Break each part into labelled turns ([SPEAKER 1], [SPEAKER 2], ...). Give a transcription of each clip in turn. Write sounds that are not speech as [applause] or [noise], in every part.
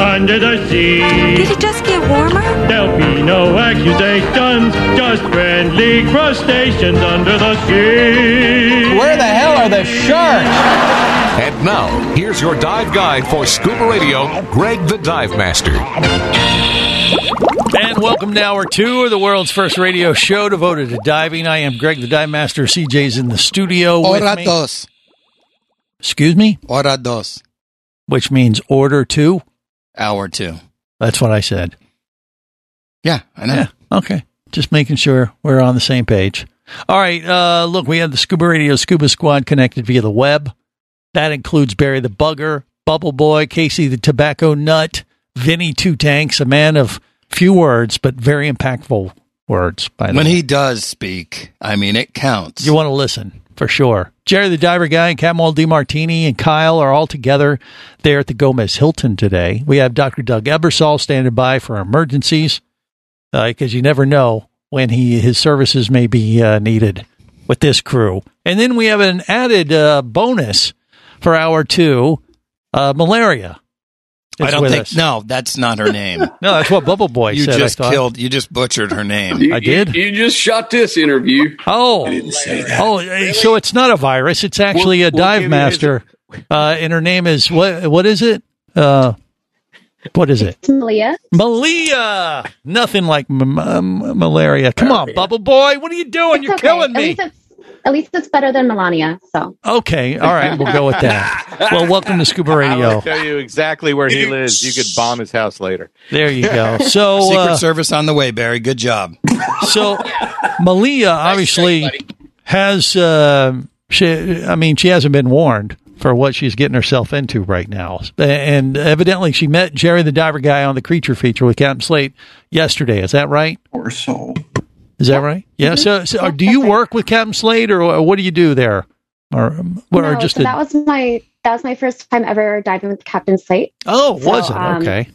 [SPEAKER 1] under the sea.
[SPEAKER 2] Did it just get warmer?
[SPEAKER 1] There'll be no accusations, just friendly crustaceans under the sea.
[SPEAKER 3] Where the hell are the sharks?
[SPEAKER 4] And now, here's your dive guide for scuba radio, Greg the Dive Master.
[SPEAKER 5] And welcome to hour two of the world's first radio show devoted to diving. I am Greg the Dive Master. CJ's in the studio with
[SPEAKER 3] Hora
[SPEAKER 5] me.
[SPEAKER 3] dos.
[SPEAKER 5] Excuse me,
[SPEAKER 3] Hora dos.
[SPEAKER 5] which means order two.
[SPEAKER 3] Hour two.
[SPEAKER 5] That's what I said.
[SPEAKER 3] Yeah, I know.
[SPEAKER 5] Yeah. Okay. Just making sure we're on the same page. All right. Uh, look, we have the Scuba Radio Scuba Squad connected via the web. That includes Barry the Bugger, Bubble Boy, Casey the Tobacco Nut, Vinny Two Tanks, a man of few words, but very impactful words, by the way.
[SPEAKER 3] When he does speak, I mean, it counts.
[SPEAKER 5] You want to listen for sure. Jerry the Diver Guy and Camel DiMartini and Kyle are all together there at the Gomez Hilton today. We have Dr. Doug Ebersol standing by for emergencies because you never know when he his services may be uh, needed with this crew. And then we have an added uh, bonus for hour two, uh, malaria.
[SPEAKER 3] I
[SPEAKER 5] is
[SPEAKER 3] don't
[SPEAKER 5] with
[SPEAKER 3] think.
[SPEAKER 5] us.
[SPEAKER 3] No, that's not her name.
[SPEAKER 5] [laughs] No, that's what Bubble Boy
[SPEAKER 3] you
[SPEAKER 5] said. I
[SPEAKER 3] just
[SPEAKER 5] thought.
[SPEAKER 3] killed. You just butchered her name.
[SPEAKER 6] You,
[SPEAKER 5] I did?
[SPEAKER 6] You, you just shot this interview.
[SPEAKER 5] Oh, oh, eh, so it's not a virus. It's actually a
[SPEAKER 6] What- what
[SPEAKER 5] dive
[SPEAKER 6] it
[SPEAKER 5] master, uh, and her name is what? What is it? Uh, what is it?
[SPEAKER 7] Malia.
[SPEAKER 5] Malia. Nothing like m- m- malaria. Come on, Bubble Boy. What are you doing? You're killing
[SPEAKER 7] At
[SPEAKER 5] me.
[SPEAKER 7] least, it's, at least it's better than Melania. So
[SPEAKER 5] Okay, all right, we'll go with that. Well, welcome to Scuba Radio.
[SPEAKER 8] I'll tell you exactly where he lives. You could bomb his house later.
[SPEAKER 5] There you
[SPEAKER 3] [laughs]
[SPEAKER 5] go. So,
[SPEAKER 3] Secret
[SPEAKER 5] uh,
[SPEAKER 3] Service on the way, Barry. Good job.
[SPEAKER 5] so Malia obviously has. Uh, she, I mean, she hasn't been warned for what she's getting herself into right now, and evidently she met Jerry the Diver Guy on the Creature feature with Captain Slate yesterday. Is that right? Or so? Is that right? Yeah. So,
[SPEAKER 7] Mm-hmm.
[SPEAKER 5] so uh, do you work with Captain Slate, or what do you do there? Or, or
[SPEAKER 7] No,
[SPEAKER 5] just
[SPEAKER 7] so
[SPEAKER 5] a-
[SPEAKER 7] that was my that was my first time ever diving with Captain Slate.
[SPEAKER 5] oh, was
[SPEAKER 7] so,
[SPEAKER 5] it
[SPEAKER 7] um,
[SPEAKER 5] okay?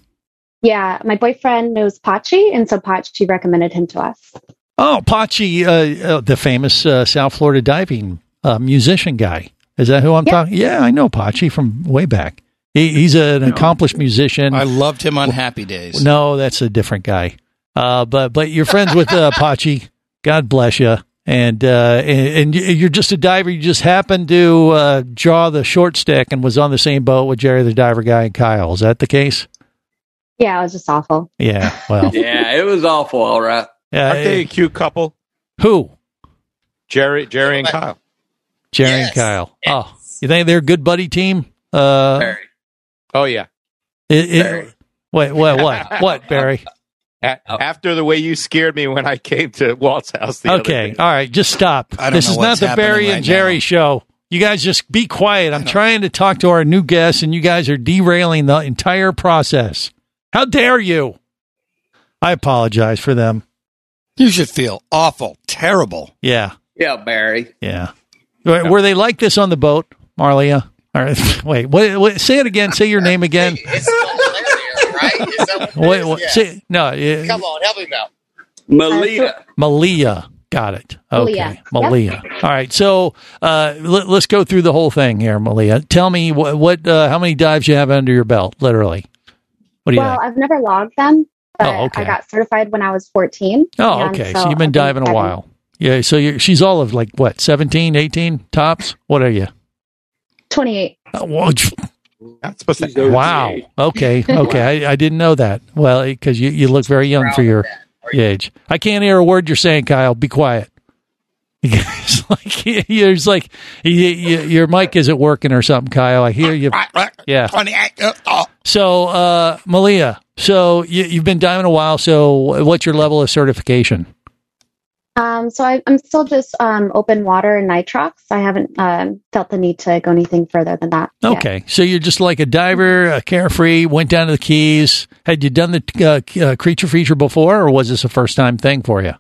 [SPEAKER 7] Yeah, my boyfriend knows Pachi, and so Pachi recommended him to us.
[SPEAKER 5] Oh, Pachi, uh, uh, the famous uh, South Florida diving uh, musician guy. Is that who I'm
[SPEAKER 7] Yeah.
[SPEAKER 5] talking? Yeah, I know Pachi from way back. He, he's an accomplished musician.
[SPEAKER 3] I loved him on Happy Days.
[SPEAKER 5] no, that's a different guy. Uh, but but you're friends with uh, Pachi. God bless you. And, uh, and and you- you're just a diver. You just happened to uh, draw the short stick and was on the same boat with Jerry the diver guy and Kyle. Is that the case?
[SPEAKER 7] Yeah, it was just awful.
[SPEAKER 5] Yeah.
[SPEAKER 3] [laughs]
[SPEAKER 5] Well.
[SPEAKER 6] Yeah, it was awful. All right.
[SPEAKER 5] yeah.
[SPEAKER 8] Aren't they a cute couple?
[SPEAKER 5] who?
[SPEAKER 8] Jerry, Jerry, and Kyle.
[SPEAKER 5] Jerry and Kyle. Oh, you think they're a good buddy team? Uh,
[SPEAKER 6] Barry.
[SPEAKER 8] Oh yeah.
[SPEAKER 5] It, it-
[SPEAKER 6] Barry.
[SPEAKER 5] Wait, what,
[SPEAKER 3] [laughs]
[SPEAKER 5] what, what, Barry?
[SPEAKER 8] A-
[SPEAKER 5] Oh.
[SPEAKER 8] after the way you scared me when I came to Walt's house. The other
[SPEAKER 5] Okay,
[SPEAKER 8] day.
[SPEAKER 5] all right, just stop.
[SPEAKER 3] I don't
[SPEAKER 5] This
[SPEAKER 3] know
[SPEAKER 5] is not
[SPEAKER 3] what's
[SPEAKER 5] the
[SPEAKER 3] happening
[SPEAKER 5] Barry and
[SPEAKER 3] right
[SPEAKER 5] Jerry
[SPEAKER 3] now.
[SPEAKER 5] show. You guys just be quiet. I'm trying to talk to our new guests, and you guys are derailing the entire process. How dare you? I apologize for them.
[SPEAKER 3] You should feel awful, terrible.
[SPEAKER 5] Yeah,
[SPEAKER 6] Yeah, Barry.
[SPEAKER 5] yeah. Were, were they like this on the boat, Marlia? All right, [laughs] wait, wait, wait, say it again. Say your name again.
[SPEAKER 9] It's hilarious, right? Is that what it
[SPEAKER 5] Wait,
[SPEAKER 9] is?
[SPEAKER 5] wait,
[SPEAKER 9] Yeah.
[SPEAKER 5] say, no, eh,
[SPEAKER 9] Come on, help him out.
[SPEAKER 6] Malia.
[SPEAKER 5] Malia. Got it. Okay.
[SPEAKER 7] Malia.
[SPEAKER 5] Malia.
[SPEAKER 7] Yep.
[SPEAKER 5] All right. So uh, let, let's go through the whole thing here, Malia. Tell me what, what uh, how many dives you have under your belt, literally. What do you
[SPEAKER 7] well,
[SPEAKER 5] think?
[SPEAKER 7] I've never logged them, but
[SPEAKER 5] Oh, okay.
[SPEAKER 7] I got certified when I was fourteen.
[SPEAKER 5] Oh,
[SPEAKER 7] and
[SPEAKER 5] okay. So, you've been
[SPEAKER 7] I've
[SPEAKER 5] diving a while. Yeah. So you're, she's all of like what, 17, 18 tops? What are you?
[SPEAKER 7] Twenty-eight.
[SPEAKER 5] Oh, well,
[SPEAKER 8] Not supposed
[SPEAKER 6] She's
[SPEAKER 8] to.
[SPEAKER 6] OG.
[SPEAKER 5] Wow. Okay. Okay. I, I didn't know that. Well, because you, you look very young for your age. I can't hear a word you're saying, Kyle. Be quiet. [laughs] It's like [laughs] you're it's like you, you, your mic isn't working or something, Kyle. I hear you. Yeah.
[SPEAKER 3] Funny, uh, oh,
[SPEAKER 5] So, uh, Malia, so you, you've been diving a while. So, what's your level of certification?
[SPEAKER 7] Um, so I, I'm still just um, open water and nitrox. I haven't um, felt the need to go anything further than that. yet.
[SPEAKER 5] Okay, so you're just like a diver, a carefree. Went down to the Keys. Had you done the uh, c- uh, creature feature before, or was this a first time thing for you?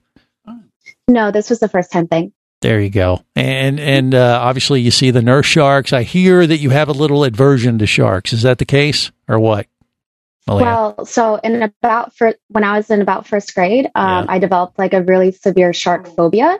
[SPEAKER 7] No, this was the first time thing.
[SPEAKER 5] There you go. And and uh, obviously you see the nurse sharks. I hear that you have a little aversion to sharks. Is that the case or what? Malia?
[SPEAKER 7] Well, uh, so in about for when I was in about first grade, um, I developed like a really severe shark phobia.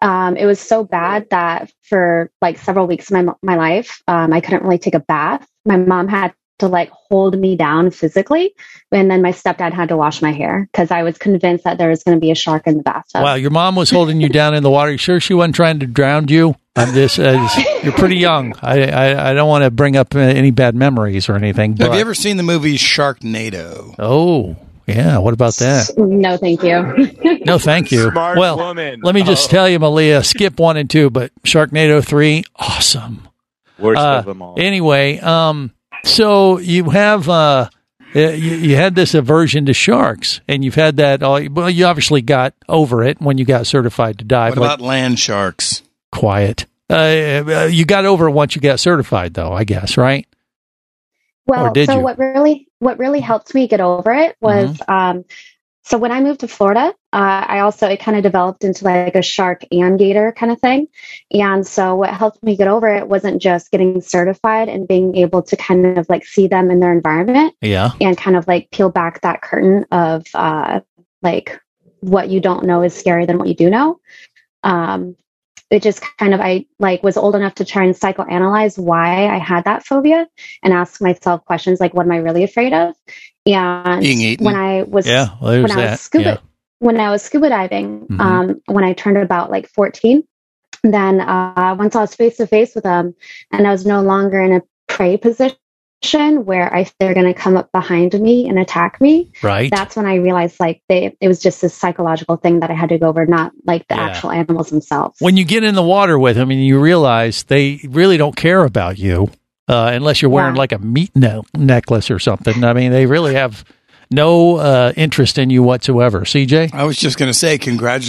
[SPEAKER 7] Um, it was so bad that for like several weeks of my my life, um, I couldn't really take a bath. My mom had to like hold me down physically, and then my stepdad had to wash my hair because I was convinced that there was going to be a shark in the bathtub.
[SPEAKER 5] wow, your mom was holding you down in the water. You sure she wasn't trying to drown you? I'm just uh, you're pretty young. I I, I don't want to bring up uh, any bad memories or anything. But,
[SPEAKER 3] Have you ever seen the movie Sharknado?
[SPEAKER 5] oh yeah, what about that?
[SPEAKER 7] No, thank you.
[SPEAKER 5] No, thank you.
[SPEAKER 8] Smart
[SPEAKER 5] well,
[SPEAKER 8] woman.
[SPEAKER 5] let me just
[SPEAKER 8] Oh.
[SPEAKER 5] tell you, Malia, skip one and two, but Sharknado three, awesome.
[SPEAKER 8] Worst
[SPEAKER 5] Uh,
[SPEAKER 8] of them all.
[SPEAKER 5] Anyway, um, so you have uh, uh, you, you had this aversion to sharks, and you've had that. All well, you obviously got over it when you got certified to dive.
[SPEAKER 3] What
[SPEAKER 5] but
[SPEAKER 3] about land sharks?
[SPEAKER 5] quiet? Uh, uh, you got over it once you got certified, though. I guess right.
[SPEAKER 7] Well,
[SPEAKER 5] Or did
[SPEAKER 7] so
[SPEAKER 5] you? Mm-hmm.
[SPEAKER 7] what really what really helped me get over it was um, so when I moved to Florida, uh, I also it kind of developed into like a shark and gator kind of thing, and so what helped me get over it wasn't just getting certified and being able to kind of like see them in their environment
[SPEAKER 5] Yeah.
[SPEAKER 7] and kind of like peel back that curtain of uh, like what you don't know is scarier than what you do know. Um, it just kind of I like was old enough to try and psychoanalyze why I had that phobia and ask myself questions like, what am I really afraid of? And
[SPEAKER 3] Being eaten.
[SPEAKER 7] when I was
[SPEAKER 5] Yeah. Well, there's
[SPEAKER 7] when I
[SPEAKER 5] that.
[SPEAKER 7] was scuba
[SPEAKER 5] yeah.
[SPEAKER 7] when I was scuba diving,
[SPEAKER 5] Mhm.
[SPEAKER 7] um, when I turned about like 14, then uh, once I was face to face with them, and I was no longer in a prey position where I they're going to come up behind me and attack me.
[SPEAKER 5] Right.
[SPEAKER 7] That's when I realized like they it was just this psychological thing that I had to go over, not like the
[SPEAKER 5] Yeah.
[SPEAKER 7] actual animals themselves.
[SPEAKER 5] when you get in the water with them and you realize they really don't care about you uh, unless you're wearing
[SPEAKER 7] Yeah.
[SPEAKER 5] like a meat ne- necklace or something. I mean, they really have no uh, interest in you whatsoever. CJ?
[SPEAKER 3] I was just going to say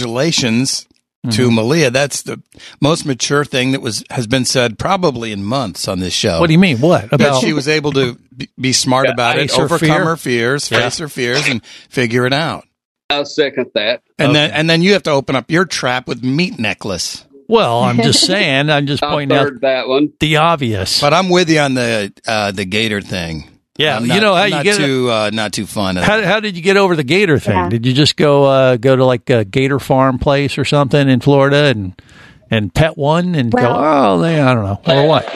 [SPEAKER 3] congratulations to
[SPEAKER 5] Mm-hmm.
[SPEAKER 3] Malia. That's the most mature thing that was has been said probably in months on this show.
[SPEAKER 5] What do you mean? What?
[SPEAKER 3] that
[SPEAKER 5] About
[SPEAKER 3] she was able to be- be smart about it,
[SPEAKER 5] face her
[SPEAKER 3] overcome
[SPEAKER 5] fear.
[SPEAKER 3] her fears,
[SPEAKER 5] Yeah.
[SPEAKER 3] face her fears, and figure it out.
[SPEAKER 6] I second that.
[SPEAKER 3] And
[SPEAKER 5] Okay.
[SPEAKER 3] then, and then you have to open up your trap with meat necklace.
[SPEAKER 5] Well, I'm just saying, I'm
[SPEAKER 6] [laughs]
[SPEAKER 5] just
[SPEAKER 6] I
[SPEAKER 5] pointing out
[SPEAKER 6] third that one.
[SPEAKER 5] the obvious.
[SPEAKER 3] But I'm with you on the uh, the gator thing.
[SPEAKER 5] yeah,
[SPEAKER 3] I'm
[SPEAKER 5] you
[SPEAKER 3] not-
[SPEAKER 5] know how
[SPEAKER 3] I'm
[SPEAKER 5] you
[SPEAKER 3] not
[SPEAKER 5] get
[SPEAKER 3] too uh, not too fun.
[SPEAKER 5] how, how did you get over the gator thing?
[SPEAKER 7] Yeah.
[SPEAKER 5] Did you just go uh, go to like a gator farm place or something in Florida and and pet one and
[SPEAKER 7] Well-
[SPEAKER 5] go, "Oh, they I don't know." Or what?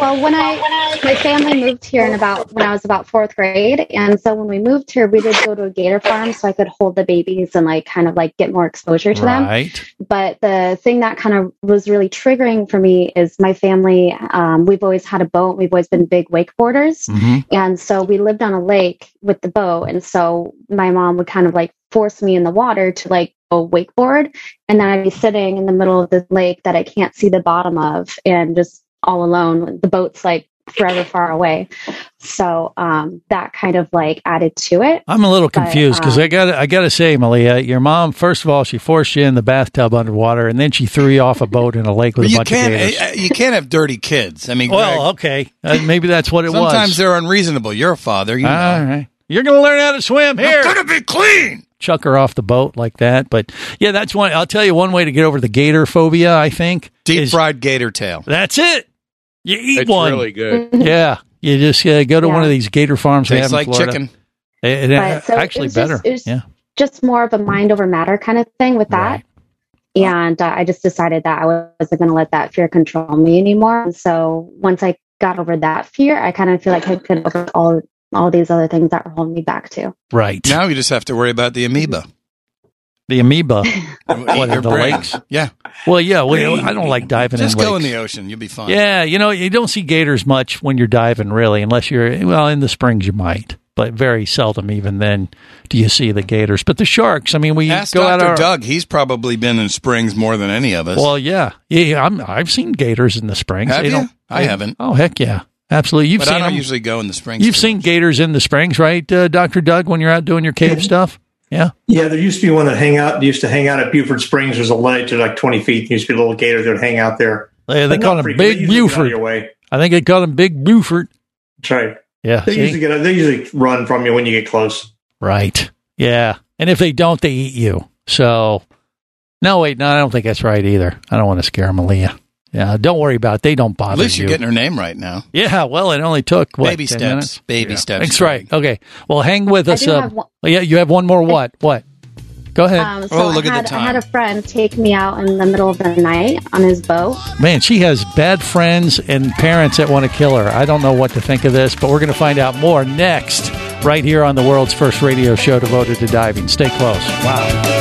[SPEAKER 7] Well, when I my family moved here in about when I was about fourth grade, and so when we moved here, we did go to a gator farm so I could hold the babies and like kind of like get more exposure to them.
[SPEAKER 5] Right.
[SPEAKER 7] But the thing that kind of was really triggering for me is my family. Um, we've always had a boat. We've always been big wakeboarders.
[SPEAKER 10] Mm-hmm.
[SPEAKER 5] Mhm.
[SPEAKER 7] And so we lived on a lake with the boat. And so my mom would kind of like force me in the water to like go wakeboard. And then I'd be sitting in the middle of the lake that I can't see the bottom of and just all alone. The boat's like forever far away. So um, that kind of like added to it.
[SPEAKER 5] I'm a little
[SPEAKER 7] But,
[SPEAKER 5] confused because I
[SPEAKER 7] um,
[SPEAKER 5] got I got to say, Malia, your mom. First of all, she forced you in the bathtub underwater, and then she threw you off a boat in a lake with
[SPEAKER 3] But
[SPEAKER 5] a
[SPEAKER 3] you
[SPEAKER 5] bunch of
[SPEAKER 3] can't
[SPEAKER 5] gators.
[SPEAKER 3] uh, you can't have dirty kids. I mean,
[SPEAKER 5] well,
[SPEAKER 3] Greg,
[SPEAKER 5] okay, uh, maybe that's what it
[SPEAKER 3] sometimes
[SPEAKER 5] was.
[SPEAKER 3] they're unreasonable. You're a father. eh, You know.
[SPEAKER 5] all right, you're gonna learn how to swim here.
[SPEAKER 3] I'm gonna be clean.
[SPEAKER 5] Chuck her off the boat like that, but yeah, that's one. I'll tell you one way to get over the gator phobia. I think
[SPEAKER 3] Deep
[SPEAKER 5] is-
[SPEAKER 3] fried gator tail.
[SPEAKER 5] That's it. You eat
[SPEAKER 8] it's
[SPEAKER 5] one.
[SPEAKER 8] really good.
[SPEAKER 5] [laughs] yeah, you just uh, go to one
[SPEAKER 7] Yeah.
[SPEAKER 5] of these gator farms. they have
[SPEAKER 3] Tastes
[SPEAKER 5] in
[SPEAKER 3] like
[SPEAKER 5] Florida.
[SPEAKER 3] chicken.
[SPEAKER 5] It- it-
[SPEAKER 7] Right, so it
[SPEAKER 5] actually,
[SPEAKER 7] was just-
[SPEAKER 5] better.
[SPEAKER 7] it was-
[SPEAKER 5] yeah,
[SPEAKER 7] Just more of a mind over matter kind of thing with that.
[SPEAKER 5] Right.
[SPEAKER 7] and uh, I just decided that I wasn't going to let that fear control me anymore. And so once I got over that fear, I kind of feel like I could over all all these other things that were holding me back too.
[SPEAKER 5] right.
[SPEAKER 3] Now you just have to worry about the amoeba.
[SPEAKER 5] The
[SPEAKER 7] [laughs]
[SPEAKER 5] amoeba.
[SPEAKER 3] Eat
[SPEAKER 5] in the
[SPEAKER 3] brain.
[SPEAKER 5] lakes?
[SPEAKER 3] Yeah,
[SPEAKER 5] Well, yeah. Well, I don't like diving.
[SPEAKER 3] just
[SPEAKER 5] in
[SPEAKER 3] go in
[SPEAKER 5] lakes.
[SPEAKER 3] the ocean. You'll be fine.
[SPEAKER 5] Yeah, you know, you don't see gators much when you're diving, really, unless you're, well, in the springs you might, but very seldom even then do you see the gators. But the sharks, I mean, we
[SPEAKER 3] Ask
[SPEAKER 5] go out
[SPEAKER 3] Dr.
[SPEAKER 5] our.
[SPEAKER 3] Doug. He's probably been in springs more than any of us.
[SPEAKER 5] Well, yeah. Yeah, I'm, I've seen gators in the springs.
[SPEAKER 3] Have
[SPEAKER 5] They
[SPEAKER 3] you?
[SPEAKER 5] don't-
[SPEAKER 3] I haven't.
[SPEAKER 5] Oh, heck yeah. absolutely. You've
[SPEAKER 3] but
[SPEAKER 5] seen
[SPEAKER 3] I don't
[SPEAKER 5] them.
[SPEAKER 3] usually go in the spring.
[SPEAKER 5] You've seen gators in the springs, right, uh, Doctor Doug? When you're out doing your
[SPEAKER 11] Mm-hmm.
[SPEAKER 5] cave stuff, yeah.
[SPEAKER 11] Yeah, there used to be one that hang out used to hang out at Buford Springs. There's a ledge at like 20 feet. There used to be a little gator that would hang out there.
[SPEAKER 5] They, they
[SPEAKER 11] But
[SPEAKER 5] call
[SPEAKER 11] not
[SPEAKER 5] him
[SPEAKER 11] frequently. They
[SPEAKER 5] Big
[SPEAKER 11] usually get out of
[SPEAKER 5] Buford.
[SPEAKER 11] your way.
[SPEAKER 5] I think they call him Big Buford.
[SPEAKER 11] That's right.
[SPEAKER 5] Yeah.
[SPEAKER 11] They
[SPEAKER 5] see?
[SPEAKER 11] usually get they usually run from you when you get close.
[SPEAKER 5] Right. Yeah. And if they don't, they eat you. So, no, wait, no, I don't think that's right either. I don't want to scare Malia. Yeah, don't worry about it. They don't bother
[SPEAKER 3] At least
[SPEAKER 5] you.
[SPEAKER 3] you're getting her name right now.
[SPEAKER 5] yeah, well, it only took what,
[SPEAKER 3] Baby
[SPEAKER 5] 10
[SPEAKER 3] steps.
[SPEAKER 5] minutes?
[SPEAKER 3] Baby
[SPEAKER 5] Yeah.
[SPEAKER 3] steps.
[SPEAKER 5] That's right. Okay. Well, hang with
[SPEAKER 7] I
[SPEAKER 5] us. uh, oh,
[SPEAKER 7] do have one-
[SPEAKER 5] yeah, you have one more what? What? Go ahead.
[SPEAKER 3] Oh,
[SPEAKER 5] Oh,
[SPEAKER 7] Um, so I, had, I had a friend take me out in the middle of the night on his boat.
[SPEAKER 5] Man, she has bad friends and parents that want to kill her. I don't know what to think of this, but we're going to find out more next, right here on the world's first radio show devoted to diving. Stay close. Wow.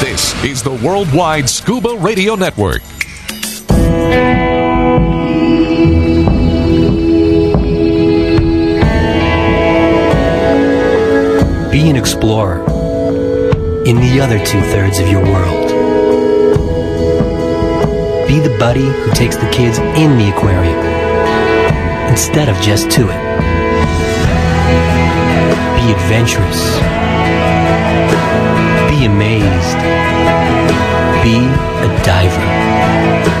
[SPEAKER 4] This is the Worldwide Scuba Radio Network.
[SPEAKER 12] Be an explorer in the other two thirds of your world. Be the buddy who takes the kids in the aquarium instead of just to it. Be adventurous. Be amazed. Be a diver.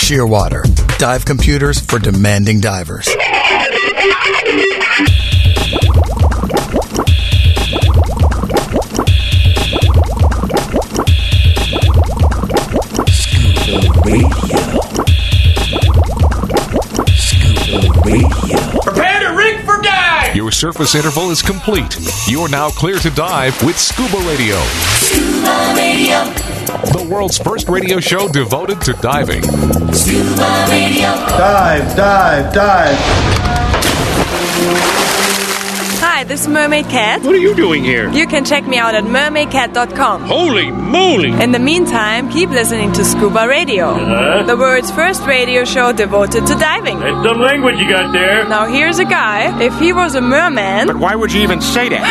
[SPEAKER 13] Shearwater, dive computers for demanding divers.
[SPEAKER 10] Mm-hmm.
[SPEAKER 4] Prepare to rig for dive! Your surface interval is complete. You're now clear to dive with Scuba Radio. Scuba Radio. The world's first radio show devoted to diving. Scuba
[SPEAKER 14] Dive, dive, dive.
[SPEAKER 2] Hi, this is Mermaid Cat.
[SPEAKER 8] What are you doing here?
[SPEAKER 2] You can check me out at mermaidcat.com.
[SPEAKER 8] Holy moly!
[SPEAKER 2] In the meantime, keep listening to Scuba Radio,
[SPEAKER 8] Uh-huh.
[SPEAKER 2] the world's first radio show devoted to diving.
[SPEAKER 8] That's some language you got there.
[SPEAKER 2] Now, here's a guy. If he was a merman,
[SPEAKER 8] But why would you even say that?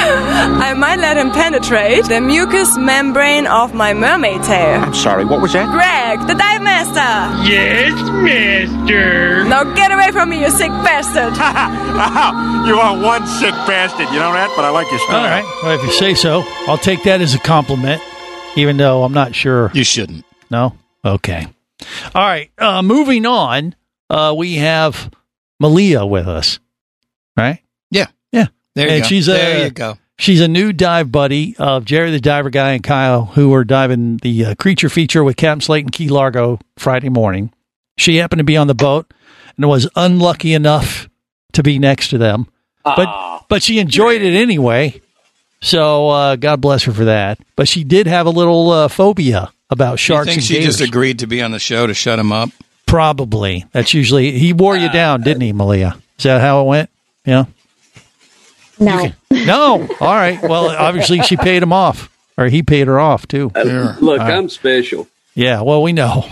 [SPEAKER 2] [laughs] I might let him penetrate the mucous membrane of my mermaid tail.
[SPEAKER 8] I'm sorry, what was that?
[SPEAKER 2] Greg, the dive master!
[SPEAKER 8] Yes, mister.
[SPEAKER 2] Now get away from me, you sick bastard!
[SPEAKER 8] [laughs]
[SPEAKER 15] you are one sick bastard. You know that? But I like your style.
[SPEAKER 5] All right. Well, if you say so, I'll take that as a compliment, even though I'm not sure. You shouldn't. No? Okay. All right. Uh, moving on, uh, we have Malia with us, right?
[SPEAKER 3] Yeah.
[SPEAKER 5] Yeah.
[SPEAKER 3] There you
[SPEAKER 5] and
[SPEAKER 3] go.
[SPEAKER 5] She's uh, a,
[SPEAKER 3] There you go.
[SPEAKER 5] She's a new dive buddy of Jerry the Diver Guy and Kyle, who were diving the uh, creature feature with Captain Slate in Key Largo Friday morning. She happened to be on the boat and was unlucky enough to be next to them, but but she enjoyed it anyway. So uh, God bless her for that. But she did have a little uh, phobia about sharks.
[SPEAKER 3] Sharks you think
[SPEAKER 5] and
[SPEAKER 3] she
[SPEAKER 5] gators.
[SPEAKER 3] just agreed to be on the show to shut him up?
[SPEAKER 5] Probably. That's usually he wore you
[SPEAKER 3] Uh,
[SPEAKER 5] down, didn't he, Malia? Is that how it went? Yeah.
[SPEAKER 7] No.
[SPEAKER 5] No. All right. Well, obviously she paid him off, or he paid her off too.
[SPEAKER 3] [laughs]
[SPEAKER 6] Look, Uh, I'm special.
[SPEAKER 5] Yeah. Well, we know.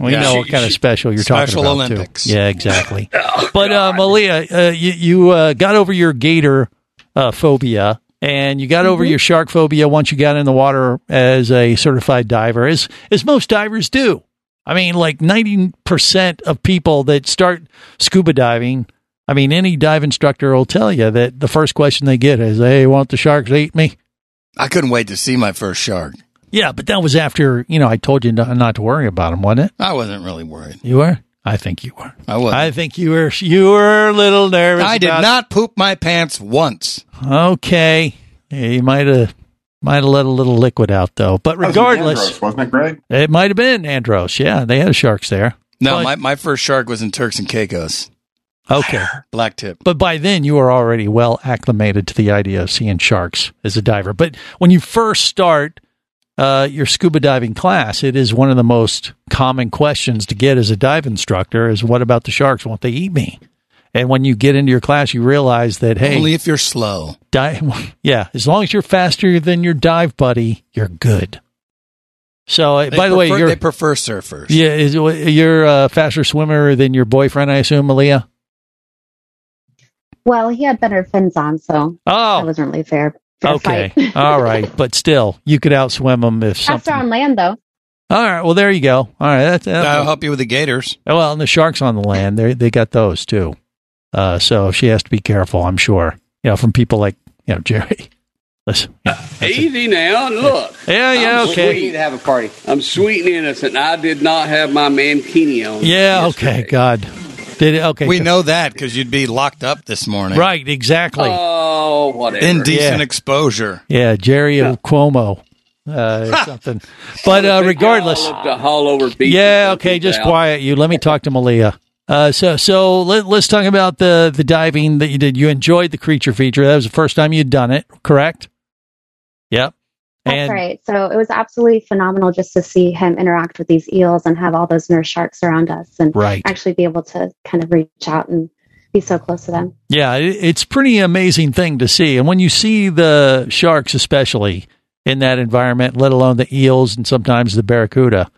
[SPEAKER 5] We
[SPEAKER 3] Yeah.
[SPEAKER 5] know
[SPEAKER 3] She-
[SPEAKER 5] what kind of
[SPEAKER 3] she-
[SPEAKER 5] special you're talking about.
[SPEAKER 3] Special
[SPEAKER 5] too.
[SPEAKER 3] Olympics.
[SPEAKER 5] Yeah, exactly. but uh, Malia, uh, you, you uh, got over your gator uh, phobia, and you got over
[SPEAKER 16] Mhm.
[SPEAKER 5] your shark phobia once you got in the water as a certified diver, as as most divers do. I mean, like ninety percent of people that start scuba diving. I mean, any dive instructor will tell you that the first question they get is, "Hey, won't the sharks eat me?"
[SPEAKER 3] I couldn't wait to see my first shark.
[SPEAKER 5] Yeah, but that was after you know I told you not, not to worry about them, wasn't it?
[SPEAKER 3] I wasn't really worried.
[SPEAKER 5] You were? I think you were.
[SPEAKER 3] I was.
[SPEAKER 5] I think you were. You were a little nervous.
[SPEAKER 3] I did
[SPEAKER 5] about-
[SPEAKER 3] not poop my pants once.
[SPEAKER 5] Okay. Yeah, you might have might have let a little liquid out though. But
[SPEAKER 3] That was
[SPEAKER 5] regardless,
[SPEAKER 3] Andros, wasn't it, Greg?
[SPEAKER 5] It might have been Andros. Yeah, they had sharks there.
[SPEAKER 3] No, my, my first shark was in Turks and Caicos.
[SPEAKER 5] Okay.
[SPEAKER 3] [laughs] Black tip.
[SPEAKER 5] But by then, you were already well acclimated to the idea of seeing sharks as a diver. But when you first start uh, your scuba diving class, it is one of the most common questions to get as a dive instructor: is "What about the sharks? Won't they eat me?" And when you get into your class, you realize that hey,
[SPEAKER 3] Only if you're slow.
[SPEAKER 5] di- [laughs] yeah, as long as you're faster than your dive buddy, you're good. So, uh,
[SPEAKER 3] They
[SPEAKER 5] by the way,
[SPEAKER 3] prefer-
[SPEAKER 5] you're
[SPEAKER 3] they prefer surfers.
[SPEAKER 5] yeah, is, uh, you're a faster swimmer than your boyfriend, I assume, Malia.
[SPEAKER 7] Well, he had better fins on, so
[SPEAKER 5] oh.
[SPEAKER 7] that wasn't really fair. fair
[SPEAKER 5] Okay.
[SPEAKER 7] fight.
[SPEAKER 5] All right. But still, you could outswim them if
[SPEAKER 7] Faster
[SPEAKER 5] something.
[SPEAKER 7] on land, though.
[SPEAKER 5] All right. Well, there you go. All right. That's, uh,
[SPEAKER 3] I'll help you with the gators.
[SPEAKER 5] Well, and the sharks on the land, they they got those too. Uh, so she has to be careful, I'm sure. You know, from people like you know Jerry. [laughs] Listen, yeah.
[SPEAKER 6] Easy now, and look.
[SPEAKER 5] Yeah, yeah,
[SPEAKER 6] I'm
[SPEAKER 5] okay.
[SPEAKER 6] Sweet. need to have a party. I'm sweet and innocent. I did not have my mankini on.
[SPEAKER 5] Yeah, okay. God, did it? Okay.
[SPEAKER 3] We know that because you'd be locked up this morning.
[SPEAKER 5] Right. Exactly.
[SPEAKER 6] Oh, whatever.
[SPEAKER 3] Indecent
[SPEAKER 5] Yeah.
[SPEAKER 3] exposure.
[SPEAKER 5] yeah, Jerry Cuomo, uh,
[SPEAKER 3] [laughs]
[SPEAKER 5] or something. But uh, regardless,
[SPEAKER 6] The all over beach.
[SPEAKER 5] Yeah, okay, just quiet you. Let me talk to Malia. Uh, so so let, let's talk about the the diving that you did. You enjoyed the creature feature. That was the first time you'd done it, correct? Yep.
[SPEAKER 7] That's right. So it was absolutely phenomenal just to see him interact with these eels and have all those nurse sharks around us and
[SPEAKER 5] Right.
[SPEAKER 7] actually be able to kind of reach out and be so close to them.
[SPEAKER 5] Yeah, i it's pretty amazing thing to see. And when you see the sharks, especially in that environment, let alone the eels and sometimes the barracuda,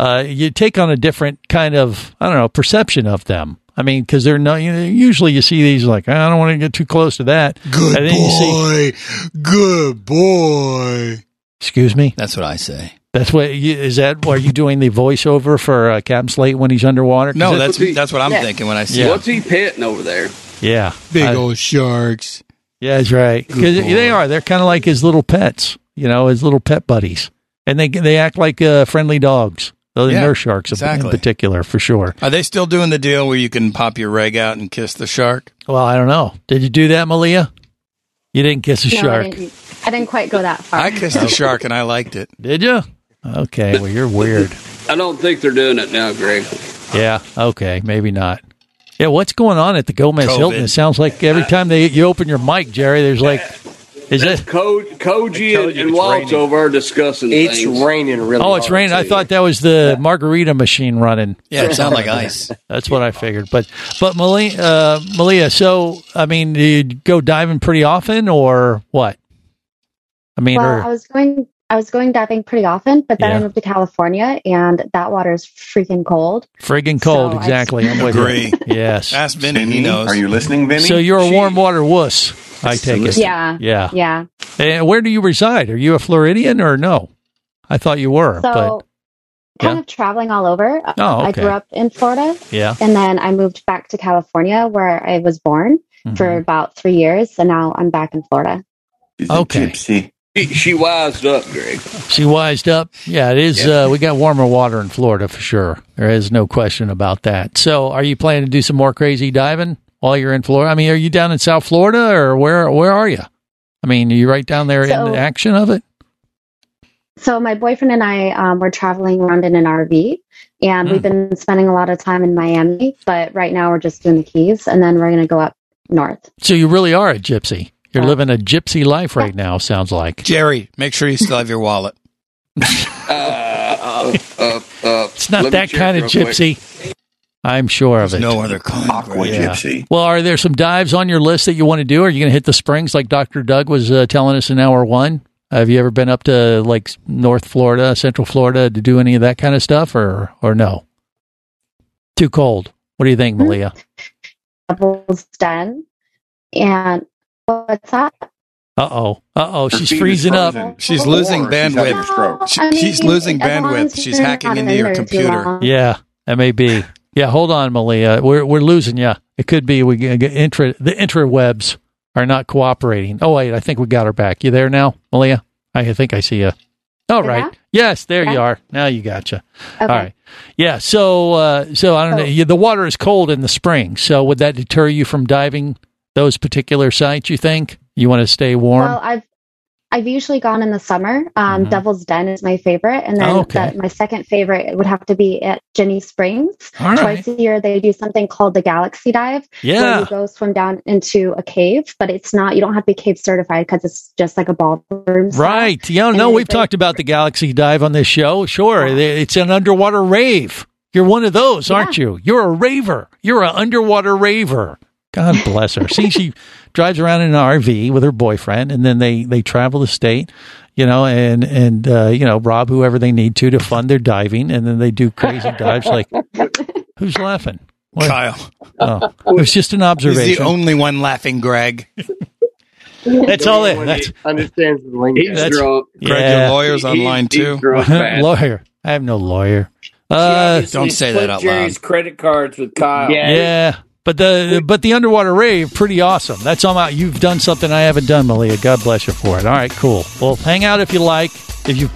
[SPEAKER 5] uh, you take on a different kind of I don't know perception of them. I mean, because they're not you know, usually you see these like I don't want to get too close to that. Good and then boy, you see,
[SPEAKER 3] good boy.
[SPEAKER 5] Excuse me.
[SPEAKER 3] That's what I say.
[SPEAKER 5] That's what you, is that? Are you doing the voiceover for uh, Captain Slate when he's underwater? 'Cause
[SPEAKER 3] No,
[SPEAKER 5] it-
[SPEAKER 3] that's that's what I'm
[SPEAKER 5] Yeah.
[SPEAKER 3] thinking when I see.
[SPEAKER 5] Yeah.
[SPEAKER 6] What's he petting over there?
[SPEAKER 5] yeah,
[SPEAKER 3] Big
[SPEAKER 5] I-
[SPEAKER 3] old sharks.
[SPEAKER 5] Yeah, that's right. 'Cause
[SPEAKER 3] Good boy.
[SPEAKER 5] they are. They're kind of like his little pets, you know, his little pet buddies, and they they act like uh, friendly dogs. The
[SPEAKER 3] Yeah,
[SPEAKER 5] nurse sharks, in-
[SPEAKER 3] exactly.
[SPEAKER 5] in particular, for sure.
[SPEAKER 3] Are they still doing the deal where you can pop your leg out and kiss the shark?
[SPEAKER 5] Well, I don't know. Did you do that, Malia? You didn't kiss a
[SPEAKER 7] No,
[SPEAKER 5] shark,
[SPEAKER 7] I didn't, I didn't quite go that far.
[SPEAKER 3] I
[SPEAKER 7] [laughs]
[SPEAKER 3] kissed a shark and I liked it.
[SPEAKER 5] did you? Okay, well, you're
[SPEAKER 7] [laughs]
[SPEAKER 5] weird.
[SPEAKER 6] I don't think they're doing it now, Greg.
[SPEAKER 5] Yeah. Okay. Maybe not. Yeah. What's going on at the Gomez
[SPEAKER 6] COVID.
[SPEAKER 5] Hilton? It sounds like every time they you open your mic, Jerry, there's like, is it?
[SPEAKER 6] Co- Koji and, and Walt's over are discussing
[SPEAKER 16] It's
[SPEAKER 6] things.
[SPEAKER 16] raining really
[SPEAKER 5] Oh, it's
[SPEAKER 16] hard,
[SPEAKER 5] raining. I
[SPEAKER 16] too.
[SPEAKER 5] thought that was the margarita machine running.
[SPEAKER 3] Yeah, it sounded like ice.
[SPEAKER 5] That's what I figured. But but Malia, uh, Malia. So I mean, do you go diving pretty often, or what? I mean,
[SPEAKER 7] well,
[SPEAKER 5] or-
[SPEAKER 7] I was going. I was going diving pretty often, but then
[SPEAKER 5] Yeah.
[SPEAKER 7] I moved to California, and that water is freaking cold.
[SPEAKER 5] friggin' cold.
[SPEAKER 7] So I-
[SPEAKER 5] exactly. I'm with
[SPEAKER 3] Agree.
[SPEAKER 5] you. Yes.
[SPEAKER 3] Ask Vinny. He knows.
[SPEAKER 17] Are you listening, Vinny?
[SPEAKER 5] So you're a warm water wuss. I take it.
[SPEAKER 7] Yeah,
[SPEAKER 5] Yeah.
[SPEAKER 7] yeah.
[SPEAKER 5] And where do you reside? Are you a Floridian or no? I thought you were,
[SPEAKER 7] So,
[SPEAKER 5] but
[SPEAKER 7] kind
[SPEAKER 5] Yeah.
[SPEAKER 7] of traveling all over. Uh,
[SPEAKER 5] Oh,
[SPEAKER 7] I
[SPEAKER 5] okay.
[SPEAKER 7] grew up in Florida,
[SPEAKER 5] yeah.
[SPEAKER 7] and then I moved back to California, where I was born
[SPEAKER 5] Mm-hmm.
[SPEAKER 7] for about three years, and now I'm back in Florida.
[SPEAKER 5] Okay.
[SPEAKER 6] She, she wised up, Greg.
[SPEAKER 5] She wised up. Yeah, it is. Uh, we got warmer water in Florida for sure. There is no question about that. So, are you planning to do some more crazy diving while you're in Florida? I mean, are you down in South Florida or where? Where are you? I mean, are you right down there in
[SPEAKER 7] So-
[SPEAKER 5] the action of it?
[SPEAKER 7] So my boyfriend and I um, were traveling around in an RV, and we've
[SPEAKER 5] Hmm.
[SPEAKER 7] been spending a lot of time in Miami. But right now, we're just doing the Keys, and then we're going to go up north.
[SPEAKER 5] So you really are a gypsy. You're
[SPEAKER 7] Oh.
[SPEAKER 5] living a gypsy life right now. Sounds like
[SPEAKER 3] Jerry, make sure you still have your [laughs] wallet.
[SPEAKER 6] Uh, uh, uh,
[SPEAKER 5] it's not that kind of gypsy. I'm sure of it.
[SPEAKER 3] No other kind. Aqua
[SPEAKER 5] Well, are there some dives on your list that you want to do? Are you going to hit the springs like Dr. Doug was uh, telling us in hour one? Have you ever been up to like North Florida, Central Florida to do any of that kind of stuff or, or no? Too cold. What do you
[SPEAKER 3] Hmm?
[SPEAKER 5] think, Malia?
[SPEAKER 7] Devil's Den. And what's that?
[SPEAKER 5] Uh oh. Uh oh.
[SPEAKER 3] Her
[SPEAKER 5] She's
[SPEAKER 3] feet is
[SPEAKER 5] freezing
[SPEAKER 3] frozen.
[SPEAKER 5] up.
[SPEAKER 3] She's losing Or she's having bandwidth. a stroke. She-
[SPEAKER 7] I mean,
[SPEAKER 3] she's losing
[SPEAKER 7] as long
[SPEAKER 3] bandwidth.
[SPEAKER 7] as
[SPEAKER 3] She's
[SPEAKER 7] you're
[SPEAKER 3] hacking
[SPEAKER 7] not
[SPEAKER 3] into
[SPEAKER 7] in
[SPEAKER 3] your
[SPEAKER 7] there too
[SPEAKER 3] computer.
[SPEAKER 7] long.
[SPEAKER 5] Yeah, that may be. Yeah, hold on, Malia. We're we're losing you. It could be we get get intra the interwebs are not cooperating. Oh wait, I think we got her back. You there now, Malia? I think I see you. All
[SPEAKER 16] Yeah?
[SPEAKER 5] right. Yes, there you
[SPEAKER 16] Yeah.
[SPEAKER 5] are. Now you gotcha.
[SPEAKER 16] Okay.
[SPEAKER 5] All right. Yeah. So uh, so I don't know. Yeah, the water is cold in the spring. So would that deter you from diving those particular sites? You think you want to stay warm?
[SPEAKER 7] Well, I've I've usually gone in the summer. Um, Devil's Den is my favorite, and then
[SPEAKER 5] Mm-hmm. Oh, okay.
[SPEAKER 7] the, my second favorite would have to be at Jenny Springs.
[SPEAKER 5] All right.
[SPEAKER 7] Twice a year, they do something called the Galaxy Dive, where
[SPEAKER 5] Yeah.
[SPEAKER 7] you go swim down into a cave, but it's not. You don't have to be cave certified because it's just like a ballroom. style.
[SPEAKER 5] Right. Yeah,
[SPEAKER 7] And
[SPEAKER 5] no,
[SPEAKER 7] then
[SPEAKER 5] we've
[SPEAKER 7] they-
[SPEAKER 5] talked about the Galaxy Dive on this show. Sure. It's an underwater rave. You're one of those, aren't you? You're a raver. You're an underwater raver. God bless her. See, she drives around in an RV with her boyfriend, and then they, they travel the state, you know, and and uh, you know rob whoever they need to to fund their diving, and then they do crazy dives.
[SPEAKER 3] [laughs]
[SPEAKER 5] Like, who's laughing? What?
[SPEAKER 3] Kyle.
[SPEAKER 5] Oh, it was just an observation.
[SPEAKER 3] He's the only one laughing, Greg.
[SPEAKER 5] [laughs] That's all it. That's,
[SPEAKER 17] understands the language.
[SPEAKER 5] That's-
[SPEAKER 3] Greg, your lawyer's online too.
[SPEAKER 5] [laughs] lawyer. I have no lawyer. Uh,
[SPEAKER 3] Don't say that out loud.
[SPEAKER 16] Jerry's credit cards with Kyle.
[SPEAKER 5] Yeah. But the but the underwater rave pretty awesome. That's all out. You've done something I haven't done, Malia. God bless you for it. All right, cool. Well, hang out if you like. If you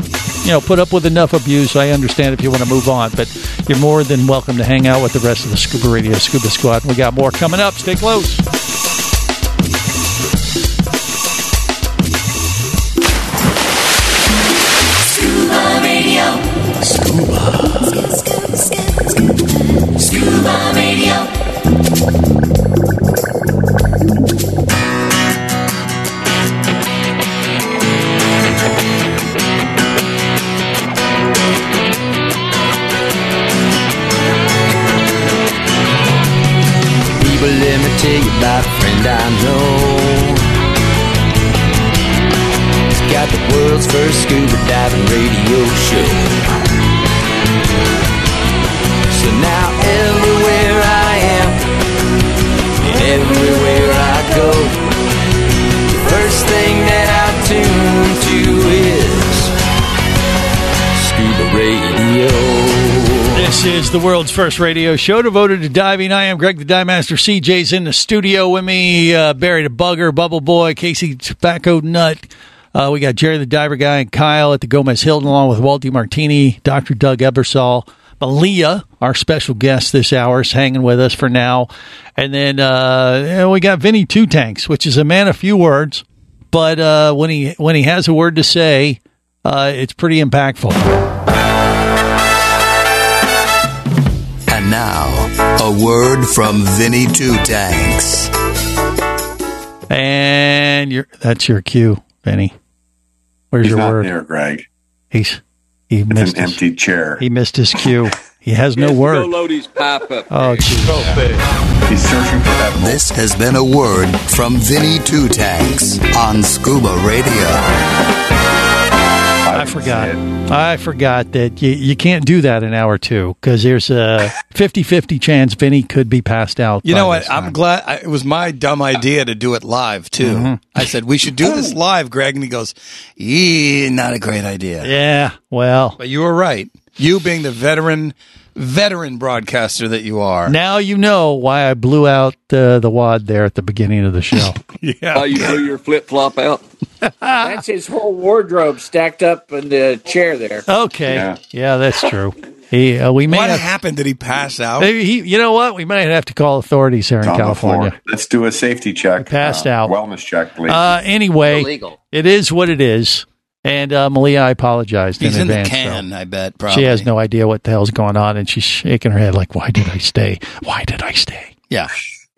[SPEAKER 5] you know put up with enough abuse, I understand if you want to move on. But you're more than welcome to hang out with the rest of the Scuba Radio Scuba Squad. We got more coming up. Stay close.
[SPEAKER 16] Scuba Radio.
[SPEAKER 18] People, let me tell you about a friend I know. He's got the world's first scuba diving radio show. So now everywhere I am, and everywhere I go, the first thing that I tune to is scuba radio.
[SPEAKER 5] This is the world's first radio show devoted to diving. I am Greg the Dive Master. CJ's in the studio with me. Uh, Barry the Bugger, Bubble Boy, Casey Tobacco Nut. Uh, we got Jerry the Diver Guy and Kyle at the Gomez Hilton, along with Walt DiMartini, Dr. Doug Ebersol, Malia, our special guest this hour, is hanging with us for now. And then uh, yeah, we got Vinny Two Tanks, which is a man of few words, but uh, when he when he has a word to say, uh, it's pretty impactful.
[SPEAKER 13] And now, a word from Vinny Two Tanks.
[SPEAKER 5] And your that's your cue, Benny. Where's
[SPEAKER 19] He's
[SPEAKER 5] your
[SPEAKER 19] not
[SPEAKER 5] word?
[SPEAKER 19] there, Greg.
[SPEAKER 5] He's he
[SPEAKER 19] It's
[SPEAKER 5] missed
[SPEAKER 19] an
[SPEAKER 5] his,
[SPEAKER 19] empty chair.
[SPEAKER 5] he missed his cue. He has no
[SPEAKER 6] Go
[SPEAKER 5] word.
[SPEAKER 6] load his pipe up.
[SPEAKER 5] Oh, geez.
[SPEAKER 13] He's searching for that. This has been a word from Vinny Two Tanks on Scuba Radio.
[SPEAKER 5] I forgot. I forgot that you, you can't do that in hour two because there's a 50-50 chance Vinny could be passed out.
[SPEAKER 3] You
[SPEAKER 5] by
[SPEAKER 3] know
[SPEAKER 5] this
[SPEAKER 3] what?
[SPEAKER 5] time.
[SPEAKER 3] I'm glad I, it was my dumb idea to do it live too.
[SPEAKER 5] Mhm.
[SPEAKER 3] I said we should do this live, Greg, and he goes, "Yeah, not a great idea."
[SPEAKER 5] Yeah, well,
[SPEAKER 3] but you were right. You being the veteran, veteran broadcaster that you are.
[SPEAKER 5] Now you know why I blew out uh, the wad there at the beginning of the
[SPEAKER 3] [laughs]
[SPEAKER 5] show.
[SPEAKER 3] Yeah.
[SPEAKER 6] Oh, you blew your flip flop out.
[SPEAKER 5] [laughs]
[SPEAKER 16] That's his whole wardrobe stacked up in the chair there.
[SPEAKER 5] Okay. Yeah, that's true. He, uh, we may
[SPEAKER 3] what
[SPEAKER 5] have-
[SPEAKER 3] happened? Did he pass out?
[SPEAKER 5] Maybe he, you know what? We might have to call authorities here in
[SPEAKER 19] on the floor.
[SPEAKER 5] California.
[SPEAKER 19] Let's do a safety check.
[SPEAKER 5] Passed
[SPEAKER 19] uh,
[SPEAKER 5] out.
[SPEAKER 19] Wellness check, please.
[SPEAKER 5] Uh, anyway,
[SPEAKER 19] Illegal.
[SPEAKER 5] it is what it is. And uh, Malia, I apologized
[SPEAKER 3] He's
[SPEAKER 5] in
[SPEAKER 3] in the
[SPEAKER 5] advance.
[SPEAKER 3] can,
[SPEAKER 5] though.
[SPEAKER 3] I bet. Probably.
[SPEAKER 5] She has no idea what the hell's going on, and she's shaking her head like, "Why did I stay? Why did I stay?
[SPEAKER 3] Yeah,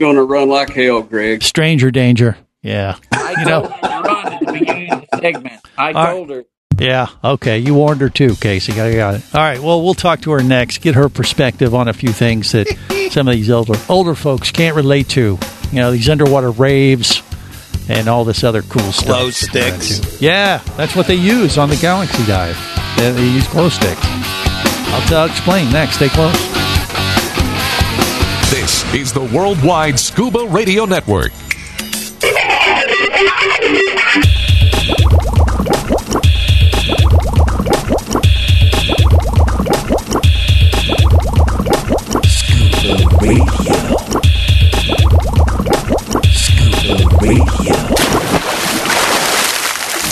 [SPEAKER 6] Gonna run like hell,
[SPEAKER 5] [laughs]
[SPEAKER 6] Greg.
[SPEAKER 5] Stranger danger." Yeah,
[SPEAKER 16] I told her Ron at the beginning of the segment.
[SPEAKER 5] All
[SPEAKER 16] I
[SPEAKER 5] right.
[SPEAKER 16] told her.
[SPEAKER 5] yeah. Okay, you warned her too, Casey. I got it. All right. Well, we'll talk to her next. Get her perspective on a few things that some of these older older folks can't relate to. You know, these underwater raves and all this other cool stuff.
[SPEAKER 3] Glow
[SPEAKER 5] that they're into.
[SPEAKER 3] sticks.
[SPEAKER 5] Yeah, that's what they use on the Galaxy Dive. They, they use glow sticks. I'll, I'll explain next. Stay close.
[SPEAKER 4] is the Worldwide Scuba Radio Network.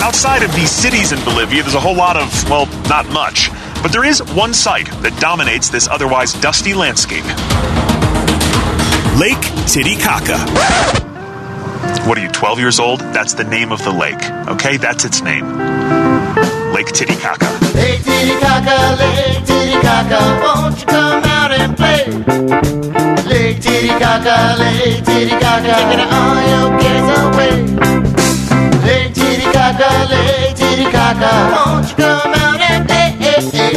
[SPEAKER 17] Outside of these cities in Bolivia, there's a whole lot of, well, not much. But there is one site that dominates this otherwise dusty landscape Lake Titicaca. What are you, 12 years old? That's the name of the lake, okay? That's its name Lake Titicaca.
[SPEAKER 18] Lake Titicaca, Lake Titicaca, won't you come out and play? Lake Titicaca, Lake Titicaca, taking all your cares away. Lake Titicaca, Lake Titicaca, won't you come out and play?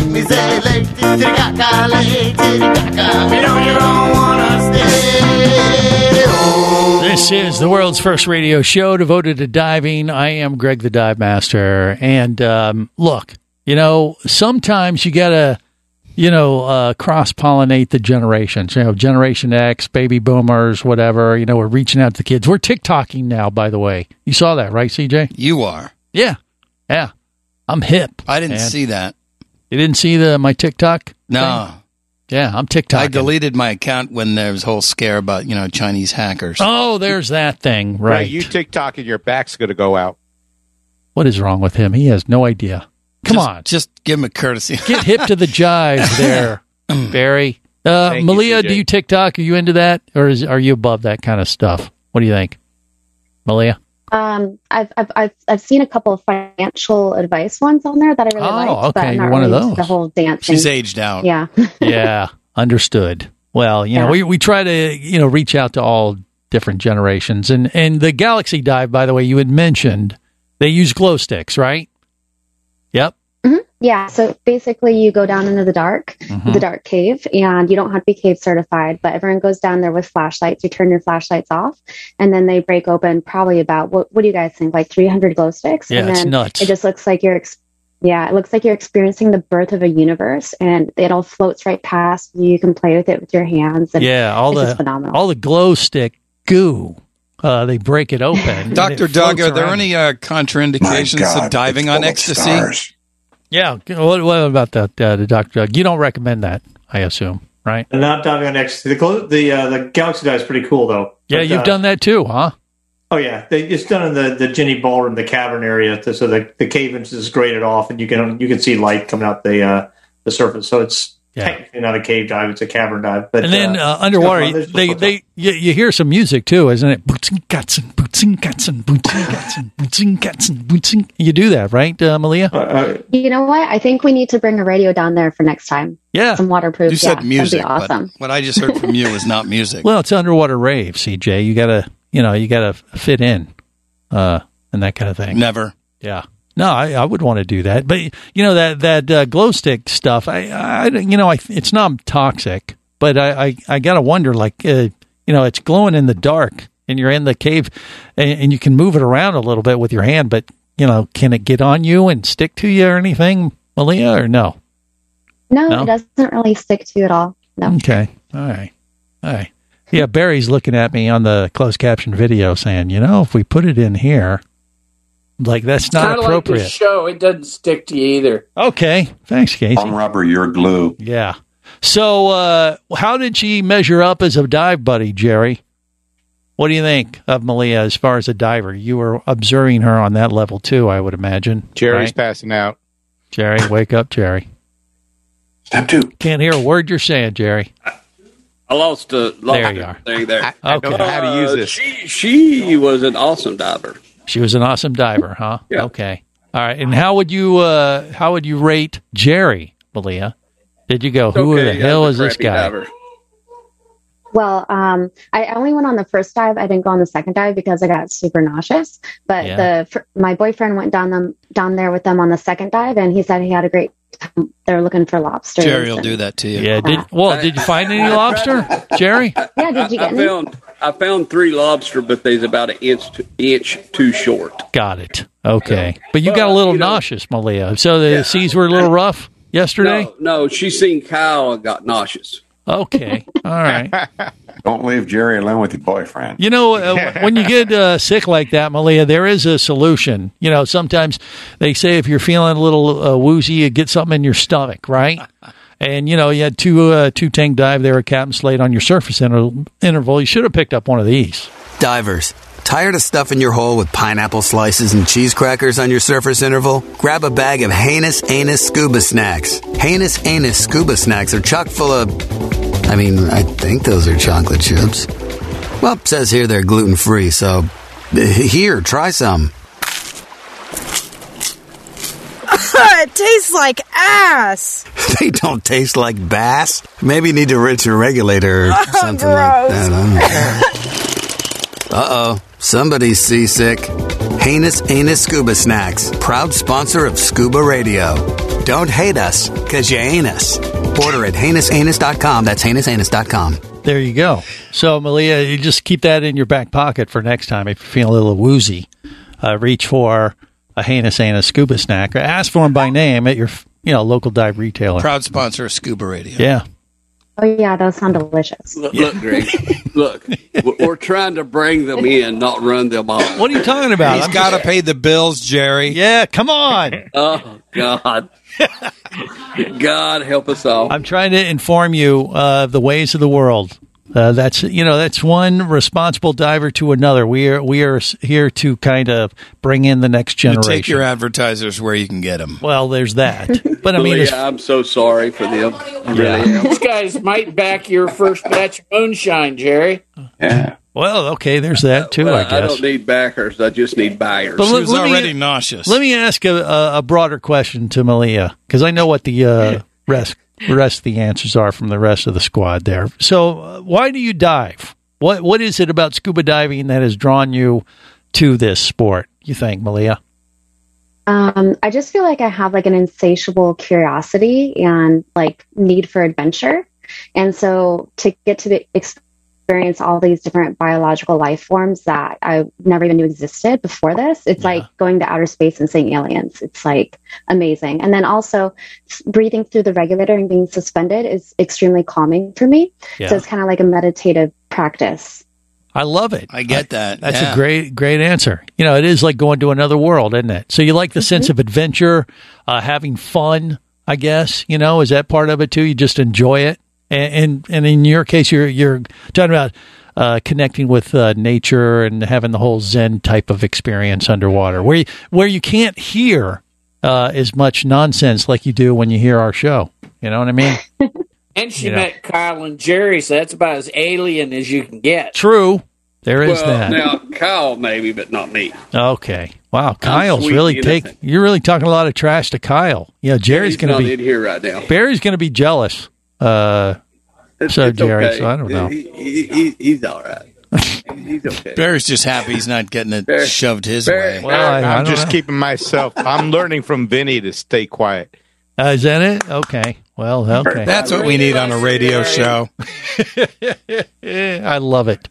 [SPEAKER 18] Me say Lake Titicaca, Lake Titicaca, we know you don't wanna stay. Oh.
[SPEAKER 5] This is the world's first radio show devoted to diving. I am Greg the Dive Master. And um, look, you know, sometimes you got to, you know, uh, cross pollinate the generations, you know, Generation X, baby boomers, whatever. You know, we're reaching out to the kids. We're TikToking now, by the way. You saw that, right, CJ?
[SPEAKER 3] You are.
[SPEAKER 5] Yeah. Yeah. I'm hip.
[SPEAKER 3] I didn't
[SPEAKER 5] man.
[SPEAKER 3] see that.
[SPEAKER 5] You didn't see the my TikTok?
[SPEAKER 3] No.
[SPEAKER 5] Yeah, I'm TikTok.
[SPEAKER 3] I deleted my account when there was a whole scare about, you know, Chinese hackers.
[SPEAKER 5] Oh, there's that thing. Right.
[SPEAKER 8] you TikTok and your back's going to go out.
[SPEAKER 5] What is wrong with him? He has no idea. Come
[SPEAKER 3] Just-
[SPEAKER 5] on.
[SPEAKER 3] Just give him a courtesy.
[SPEAKER 5] Get hip
[SPEAKER 3] [laughs]
[SPEAKER 5] to the [laughs] jive there, Barry. Uh,
[SPEAKER 3] Thank you,
[SPEAKER 5] Malia,
[SPEAKER 3] CJ.
[SPEAKER 5] do you TikTok? Are you into that? Or is, are you above that kind of stuff? What do you think? Malia?
[SPEAKER 7] Um, I've, I've I've I've seen a couple of financial advice ones on there that I really
[SPEAKER 5] Oh,
[SPEAKER 7] like. but
[SPEAKER 5] okay,
[SPEAKER 7] I'm
[SPEAKER 5] you're
[SPEAKER 7] not
[SPEAKER 5] one of
[SPEAKER 7] really into
[SPEAKER 5] those.
[SPEAKER 7] The whole dancing.
[SPEAKER 3] She's aged out.
[SPEAKER 7] Yeah.
[SPEAKER 5] yeah, [laughs] understood. Well, you know,
[SPEAKER 7] Yeah.
[SPEAKER 5] we, we try to, you know, reach out to all different generations. And, and the Galaxy Dive, by the way, you had mentioned they use glow sticks, right? Yep.
[SPEAKER 7] hmm Yeah. So basically, you go down into the dark,
[SPEAKER 5] Mhm.
[SPEAKER 7] the dark cave, and you don't have to be cave certified, but everyone goes down there with flashlights. You turn your flashlights off, and then they break open probably about what? What do you guys think? Like 300 glow sticks?
[SPEAKER 18] Yeah,
[SPEAKER 7] and
[SPEAKER 18] it's
[SPEAKER 7] then
[SPEAKER 18] nuts.
[SPEAKER 7] It just looks like you're. Ex- yeah, it looks like you're experiencing the birth of a universe, and it all floats right past you. You can play with it with your hands. And
[SPEAKER 5] Yeah, all
[SPEAKER 7] it's just
[SPEAKER 5] the all the glow stick goo. Uh, they break it open. and it
[SPEAKER 3] Dr. Doug,
[SPEAKER 5] floats
[SPEAKER 3] are there
[SPEAKER 5] around.
[SPEAKER 3] any uh, contraindications to diving on ecstasy?
[SPEAKER 5] Yeah. What, what about that, uh, the Dr. Doug? You don't recommend that, I assume, right?
[SPEAKER 11] And not diving on ecstasy. The glo- the uh, the Galaxy Dive is pretty cool though.
[SPEAKER 5] Yeah,
[SPEAKER 11] But,
[SPEAKER 5] you've
[SPEAKER 11] uh,
[SPEAKER 5] done that too, huh?
[SPEAKER 11] Oh yeah, they, it's done in the the Ginny Ballroom, the cavern area. th- So the the cave entrance is graded off, and you can you can see light coming out the uh, the surface. So it's technically not a cave dive; it's a cavern dive. But
[SPEAKER 5] and then uh,
[SPEAKER 11] it's got
[SPEAKER 5] underwater,
[SPEAKER 11] fun.
[SPEAKER 5] they they you, you hear some music too, isn't it? Bootsing, gatsing, bootsing, gatsing, bootsing, gatsing, bootsing, gatsing, bootsing. You do that, right, uh, Malia?
[SPEAKER 7] You know what? I think we need to bring a radio down there for next time.
[SPEAKER 5] Yeah.
[SPEAKER 7] Some waterproof.
[SPEAKER 3] You said
[SPEAKER 7] yeah,
[SPEAKER 3] music,
[SPEAKER 7] That'd be awesome.
[SPEAKER 3] but what I just heard from you was not music.
[SPEAKER 5] well, it's underwater rave, CJ. You gotta, you know, you gotta fit in, uh, and that kind of thing.
[SPEAKER 3] Never.
[SPEAKER 5] Yeah. No, I, I would want to do that, but you know that that uh, glow stick stuff. I, I you know, I, it's not toxic, but I, I, I gotta wonder, like, uh, you know, it's glowing in the dark, and you're in the cave, and, and you can move it around a little bit with your hand, but you know, can it get on you and stick to you or anything, Malia, or no?
[SPEAKER 7] No,
[SPEAKER 5] No?
[SPEAKER 7] it doesn't really stick to you at all. No.
[SPEAKER 5] Okay. All right. All right. Yeah, Barry's looking at me on the closed caption video saying, you know, if we put it in here, like that's not
[SPEAKER 16] Kinda Like
[SPEAKER 5] appropriate.
[SPEAKER 16] this show it doesn't stick to you either.
[SPEAKER 5] okay. Thanks, Casey.
[SPEAKER 19] I'm rubber, you're glue.
[SPEAKER 5] Yeah. So, uh, how did she measure up as a dive buddy, Jerry? What do you think of Malia as far as a diver? You were observing her on that level too, I would imagine.
[SPEAKER 8] [laughs] Jerry's
[SPEAKER 5] right?
[SPEAKER 8] passing out.
[SPEAKER 5] Jerry, wake up, Jerry.
[SPEAKER 19] Step two.
[SPEAKER 5] Can't hear a word you're saying, Jerry.
[SPEAKER 6] I lost the lost
[SPEAKER 5] There you are.
[SPEAKER 6] thing there.
[SPEAKER 5] I don't Okay. know how to use
[SPEAKER 6] Uh,
[SPEAKER 5] this.
[SPEAKER 6] She, she was an awesome diver.
[SPEAKER 5] She was an awesome diver, huh? Okay. All right. And how would you uh how would you rate Jerry, Malia? Did you go, who the
[SPEAKER 6] Okay,
[SPEAKER 5] hell
[SPEAKER 6] I'm a
[SPEAKER 5] is this
[SPEAKER 6] crappy
[SPEAKER 5] guy?
[SPEAKER 6] diver.
[SPEAKER 7] Well, um, I I only went on the first dive. I didn't go on the second dive because I got super nauseous. But
[SPEAKER 5] Yeah.
[SPEAKER 7] the fir- my boyfriend went down them down there with them on the second dive, and he said he had a great time. They're looking for lobsters.
[SPEAKER 3] Jerry will do that to you.
[SPEAKER 5] Yeah, did well, did you find any lobster,
[SPEAKER 6] [laughs]
[SPEAKER 5] Jerry?
[SPEAKER 7] Yeah, did you
[SPEAKER 6] I,
[SPEAKER 7] get
[SPEAKER 6] I
[SPEAKER 7] any?
[SPEAKER 6] found I found three lobster, but they's about an inch to, inch too short.
[SPEAKER 5] Got it. Okay. But you got a little nauseous, Malia. So the seas were a little rough yesterday?
[SPEAKER 6] No, no, she seen Kyle and got nauseous.
[SPEAKER 5] Okay. All right.
[SPEAKER 19] Don't leave Jerry alone with your boyfriend.
[SPEAKER 5] You know, uh, when you get uh, sick like that, Malia, there is a solution. You know, sometimes they say if you're feeling a little uh, woozy, you get something in your stomach, right? And you know, you had two uh, two tank dive there, a captain slate on your surface inter- interval. You should have picked up one of these.
[SPEAKER 12] Divers, tired of stuffing your hole with pineapple slices and cheese crackers on your surface interval? Grab a bag of heinous anus scuba snacks. Heinous anus scuba snacks are chock full of. I mean, I think those are chocolate chips. Well, it says here they're gluten free, so [laughs] here, try some.
[SPEAKER 20] [laughs] it tastes like ass.
[SPEAKER 12] [laughs] They don't taste like bass. Maybe you need to rinse your regulator or
[SPEAKER 20] Oh,
[SPEAKER 12] something like that. Uh oh, somebody's seasick. Heinous Anus Scuba Snacks, proud sponsor of Scuba Radio. Don't hate us, because you ain't us. Order at heinousanus.com. That's heinousanus.com.
[SPEAKER 5] There you go. So, Malia, you just keep that in your back pocket for next time if you feel a little woozy. Uh, reach for a heinous anus scuba snack or ask for them by name at your you know local dive retailer.
[SPEAKER 3] Proud sponsor of Scuba Radio.
[SPEAKER 5] Yeah.
[SPEAKER 7] Oh yeah, those sound delicious.
[SPEAKER 6] Look, look Greg. look, we're- we're trying to bring them in, not run them off.
[SPEAKER 5] What are you talking about?
[SPEAKER 3] He's got to [laughs] pay the bills, Jerry.
[SPEAKER 5] Yeah, come on.
[SPEAKER 6] Oh God, [laughs] God help us all.
[SPEAKER 5] I'm trying to inform you uh, of the ways of the world. Uh, that's you know that's one responsible diver to another. We are we are s- here to kind of bring in the next
[SPEAKER 3] You
[SPEAKER 5] generation.
[SPEAKER 3] take your advertisers where you can get them.
[SPEAKER 5] well, there's that. But I mean, it's-
[SPEAKER 6] Malia, Oh, I'm so sorry for them. I really am.
[SPEAKER 16] These guys might back your first batch of moonshine, Jerry.
[SPEAKER 5] well, okay, there's that too.
[SPEAKER 6] Well,
[SPEAKER 5] I guess.
[SPEAKER 6] don't need backers. I just need buyers.
[SPEAKER 5] But let- let me- Let me ask a, a, a broader question to Malia because I know what the uh, rest rest of the answers are from the rest of the squad there. So, uh, why do you dive? What what is it about scuba diving that has drawn you to this sport? You think, Malia?
[SPEAKER 7] Um, I just feel like I have like an insatiable curiosity and like need for adventure. And so to get to the experience all these different biological life forms that I never even knew existed before this, it's like going to outer space and seeing aliens. It's like amazing. And then also s- breathing through the regulator and being suspended is extremely calming for me.
[SPEAKER 5] Yeah.
[SPEAKER 7] So it's kind of like a meditative practice.
[SPEAKER 5] I love it.
[SPEAKER 3] I get that.
[SPEAKER 5] That's
[SPEAKER 3] yeah.
[SPEAKER 5] a great great answer. You know, it is like going to another world, isn't it? So you like the sense of adventure, uh, having fun. I guess you know is that part of it too. You just enjoy it, and and, and in your case, you're you're talking about uh, connecting with uh, nature and having the whole Zen type of experience underwater, where you, where you can't hear uh, as much nonsense like you do when you hear our show. You know what I mean?
[SPEAKER 16] And she
[SPEAKER 5] You know.
[SPEAKER 16] met Kyle and Jerry, so that's about as alien as you can get.
[SPEAKER 5] True. There is
[SPEAKER 6] well,
[SPEAKER 5] that.
[SPEAKER 6] now Kyle maybe, but not me.
[SPEAKER 5] Okay. Wow, Kyle's
[SPEAKER 6] sweet
[SPEAKER 5] really
[SPEAKER 6] innocent.
[SPEAKER 5] take. You're really talking a lot of trash to Kyle. Yeah, Jerry's
[SPEAKER 6] He's
[SPEAKER 5] going
[SPEAKER 6] not
[SPEAKER 5] to be
[SPEAKER 6] in here right now.
[SPEAKER 5] Barry's going to be jealous. Uh, so
[SPEAKER 6] It's
[SPEAKER 5] Jerry,
[SPEAKER 6] okay.
[SPEAKER 5] so I don't know.
[SPEAKER 6] He, he- he- he's all right. [laughs] He's okay.
[SPEAKER 3] Barry's just happy he's not getting it
[SPEAKER 6] Barry-
[SPEAKER 3] shoved his
[SPEAKER 6] Barry-
[SPEAKER 3] way.
[SPEAKER 6] Well, I- I
[SPEAKER 8] I'm
[SPEAKER 6] don't
[SPEAKER 8] just
[SPEAKER 6] know.
[SPEAKER 8] keeping myself. I'm learning from Vinny to stay quiet.
[SPEAKER 5] Uh, is that it? Okay. Well, okay.
[SPEAKER 3] That's what we need on a radio show.
[SPEAKER 5] Eh, [laughs] I love it.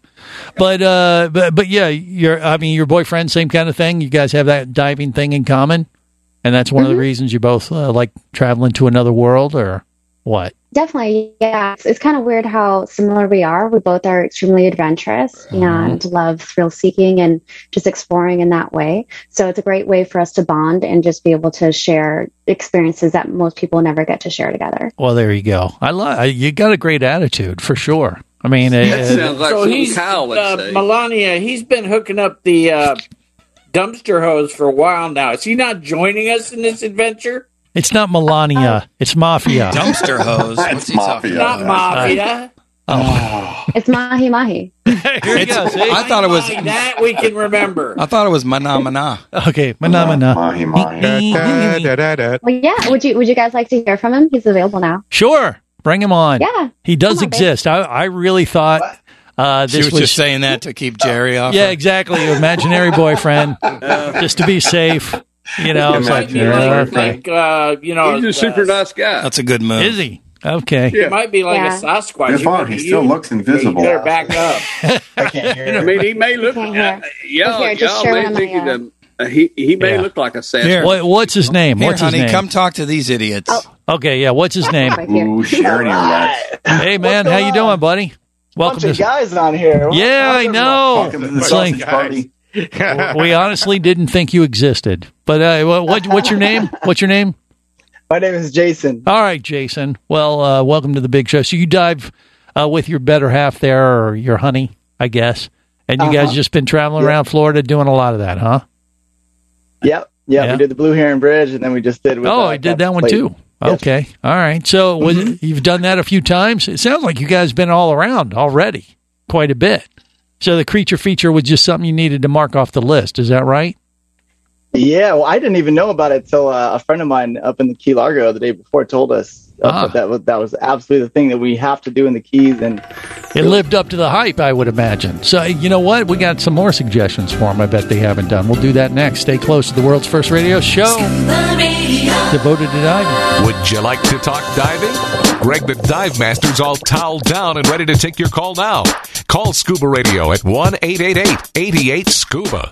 [SPEAKER 5] But uh, but but yeah, your I mean your boyfriend, same kind of thing. You guys have that diving thing in common, and that's one
[SPEAKER 6] Mm-hmm.
[SPEAKER 5] of the reasons you both uh, like traveling to another world or what?
[SPEAKER 7] Definitely, yeah. It's, it's kind of weird how similar we are. We both are extremely adventurous and love thrill seeking and just exploring in that way. So it's a great way for us to bond and just be able to share experiences that most people never get to share together.
[SPEAKER 5] Well, there you go. I love you. Got a great attitude for sure. I mean,
[SPEAKER 6] That
[SPEAKER 5] uh,
[SPEAKER 6] sounds like
[SPEAKER 16] so
[SPEAKER 6] something
[SPEAKER 16] he's
[SPEAKER 6] Kyle would
[SPEAKER 16] uh,
[SPEAKER 6] say.
[SPEAKER 16] Melania. He's been hooking up the uh, dumpster hose for a while now. Is he not joining us in this adventure?
[SPEAKER 5] it's not Melania. It's mafia.
[SPEAKER 3] [laughs] Dumpster hose. What's he talking
[SPEAKER 16] Oh. Not
[SPEAKER 3] about?
[SPEAKER 16] mafia.
[SPEAKER 5] Oh.
[SPEAKER 7] It's mahi mahi.
[SPEAKER 5] It's-
[SPEAKER 3] I thought it was.
[SPEAKER 16] that we can remember.
[SPEAKER 3] I thought it was mana mana.
[SPEAKER 5] Okay, mana
[SPEAKER 16] Oh,
[SPEAKER 19] Mahi
[SPEAKER 5] mana.
[SPEAKER 7] Well, yeah. Would you Would you guys like to hear from him? He's available now.
[SPEAKER 5] Sure, bring him on.
[SPEAKER 7] Yeah.
[SPEAKER 5] he does exist. I, I really thought uh,
[SPEAKER 3] She
[SPEAKER 5] this
[SPEAKER 3] was, just saying that to keep Jerry off.
[SPEAKER 5] yeah, exactly. Your imaginary
[SPEAKER 16] [laughs]
[SPEAKER 5] boyfriend, just to be safe. You know, it's like,
[SPEAKER 3] Imaginary
[SPEAKER 5] yeah,
[SPEAKER 16] Like,
[SPEAKER 5] okay.
[SPEAKER 16] like uh, you know,
[SPEAKER 6] He's a
[SPEAKER 16] uh,
[SPEAKER 6] super nice guy.
[SPEAKER 3] That's a good move.
[SPEAKER 5] is he? Okay.
[SPEAKER 16] He might be like
[SPEAKER 7] Yeah.
[SPEAKER 16] a Sasquatch.
[SPEAKER 19] You're fine.
[SPEAKER 16] might
[SPEAKER 19] He
[SPEAKER 16] be
[SPEAKER 19] still
[SPEAKER 16] you.
[SPEAKER 19] looks invisible.
[SPEAKER 16] You better back up.
[SPEAKER 5] [laughs]
[SPEAKER 6] I mean, he may look.
[SPEAKER 7] Can't hear.
[SPEAKER 6] Yeah,
[SPEAKER 16] uh,
[SPEAKER 7] Okay, just
[SPEAKER 6] y'all
[SPEAKER 7] share
[SPEAKER 6] may
[SPEAKER 7] one of
[SPEAKER 6] think
[SPEAKER 7] my,
[SPEAKER 6] he's a Uh, he he may
[SPEAKER 5] Yeah.
[SPEAKER 6] look like a sad.
[SPEAKER 5] Here. What- what's his name?
[SPEAKER 3] Here,
[SPEAKER 5] What's his
[SPEAKER 3] honey,
[SPEAKER 5] name? Oh.
[SPEAKER 3] come talk to these idiots.
[SPEAKER 5] Okay, yeah. What's his name?
[SPEAKER 3] Ooh, Sharon,
[SPEAKER 5] Hey man, how you doing, buddy? Welcome
[SPEAKER 21] bunch of
[SPEAKER 5] to.
[SPEAKER 21] guys on here.
[SPEAKER 5] Yeah, I know. It's like-
[SPEAKER 21] party.
[SPEAKER 5] we honestly didn't think you existed, but uh, what, what what's your name? What's your name?
[SPEAKER 21] My name is Jason.
[SPEAKER 5] All right, Jason. Well, uh, welcome to the big show. So you dive uh, with your better half there, or your honey, I guess, and you guys
[SPEAKER 21] Uh-huh.
[SPEAKER 5] just been traveling
[SPEAKER 21] Yeah.
[SPEAKER 5] around Florida doing a lot of that, huh?
[SPEAKER 21] Yep. Yeah, we did the Blue Heron Bridge, and then we just did. With,
[SPEAKER 5] Oh,
[SPEAKER 21] uh,
[SPEAKER 5] I did that
[SPEAKER 21] Captain
[SPEAKER 5] one
[SPEAKER 21] Slate.
[SPEAKER 5] too. Okay, all right. So was it- you've done that a few times. It sounds like you guys been all around already, quite a bit. So the creature feature was just something you needed to mark off the list. Is that right?
[SPEAKER 21] Yeah, well, I didn't even know about it till uh, a friend of mine up in the Key Largo the day before told us uh,
[SPEAKER 5] Ah.
[SPEAKER 21] that was that was absolutely the thing that we have to do in the Keys, and
[SPEAKER 5] It lived up to the hype, I would imagine. So, you know what? We got some more suggestions for them. I bet they haven't done. We'll do that next. Stay close to the world's first radio show devoted to diving.
[SPEAKER 4] Would you like to talk diving? Greg the Dive Master's all toweled down and ready to take your call now. Call Scuba Radio at 1 888 88 Scuba.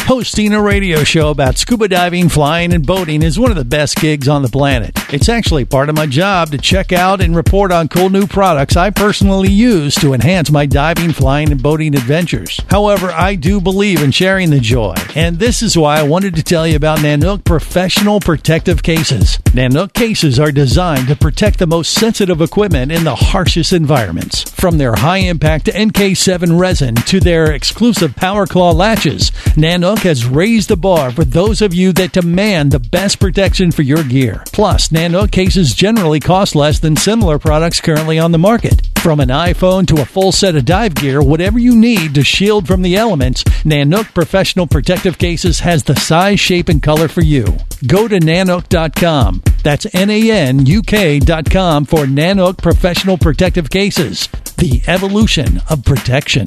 [SPEAKER 5] Hosting a radio show about scuba diving, flying, and boating is one of the best gigs on the planet. It's actually part of my job to check out and report on cool new products I personally use to enhance my diving, flying, and boating adventures. However, I do believe in sharing the joy, and this is why I wanted to tell you about Nanook Professional Protective Cases. Nanook cases are designed to protect the most sensitive equipment in the harshest environments. From their high impact NK7 resin to their exclusive Power Claw latches, Nanook has raised the bar for those of you that demand the best protection for your gear. Plus, Nanook cases generally cost less than similar products currently on the market. From an iPhone to a full set of dive gear, whatever you need to shield from the elements, Nanook Professional Protective Cases has the size, shape, and color for you. Go to nanook.com. That's N A N U K.com for Nanook Professional Protective Cases, the evolution of protection.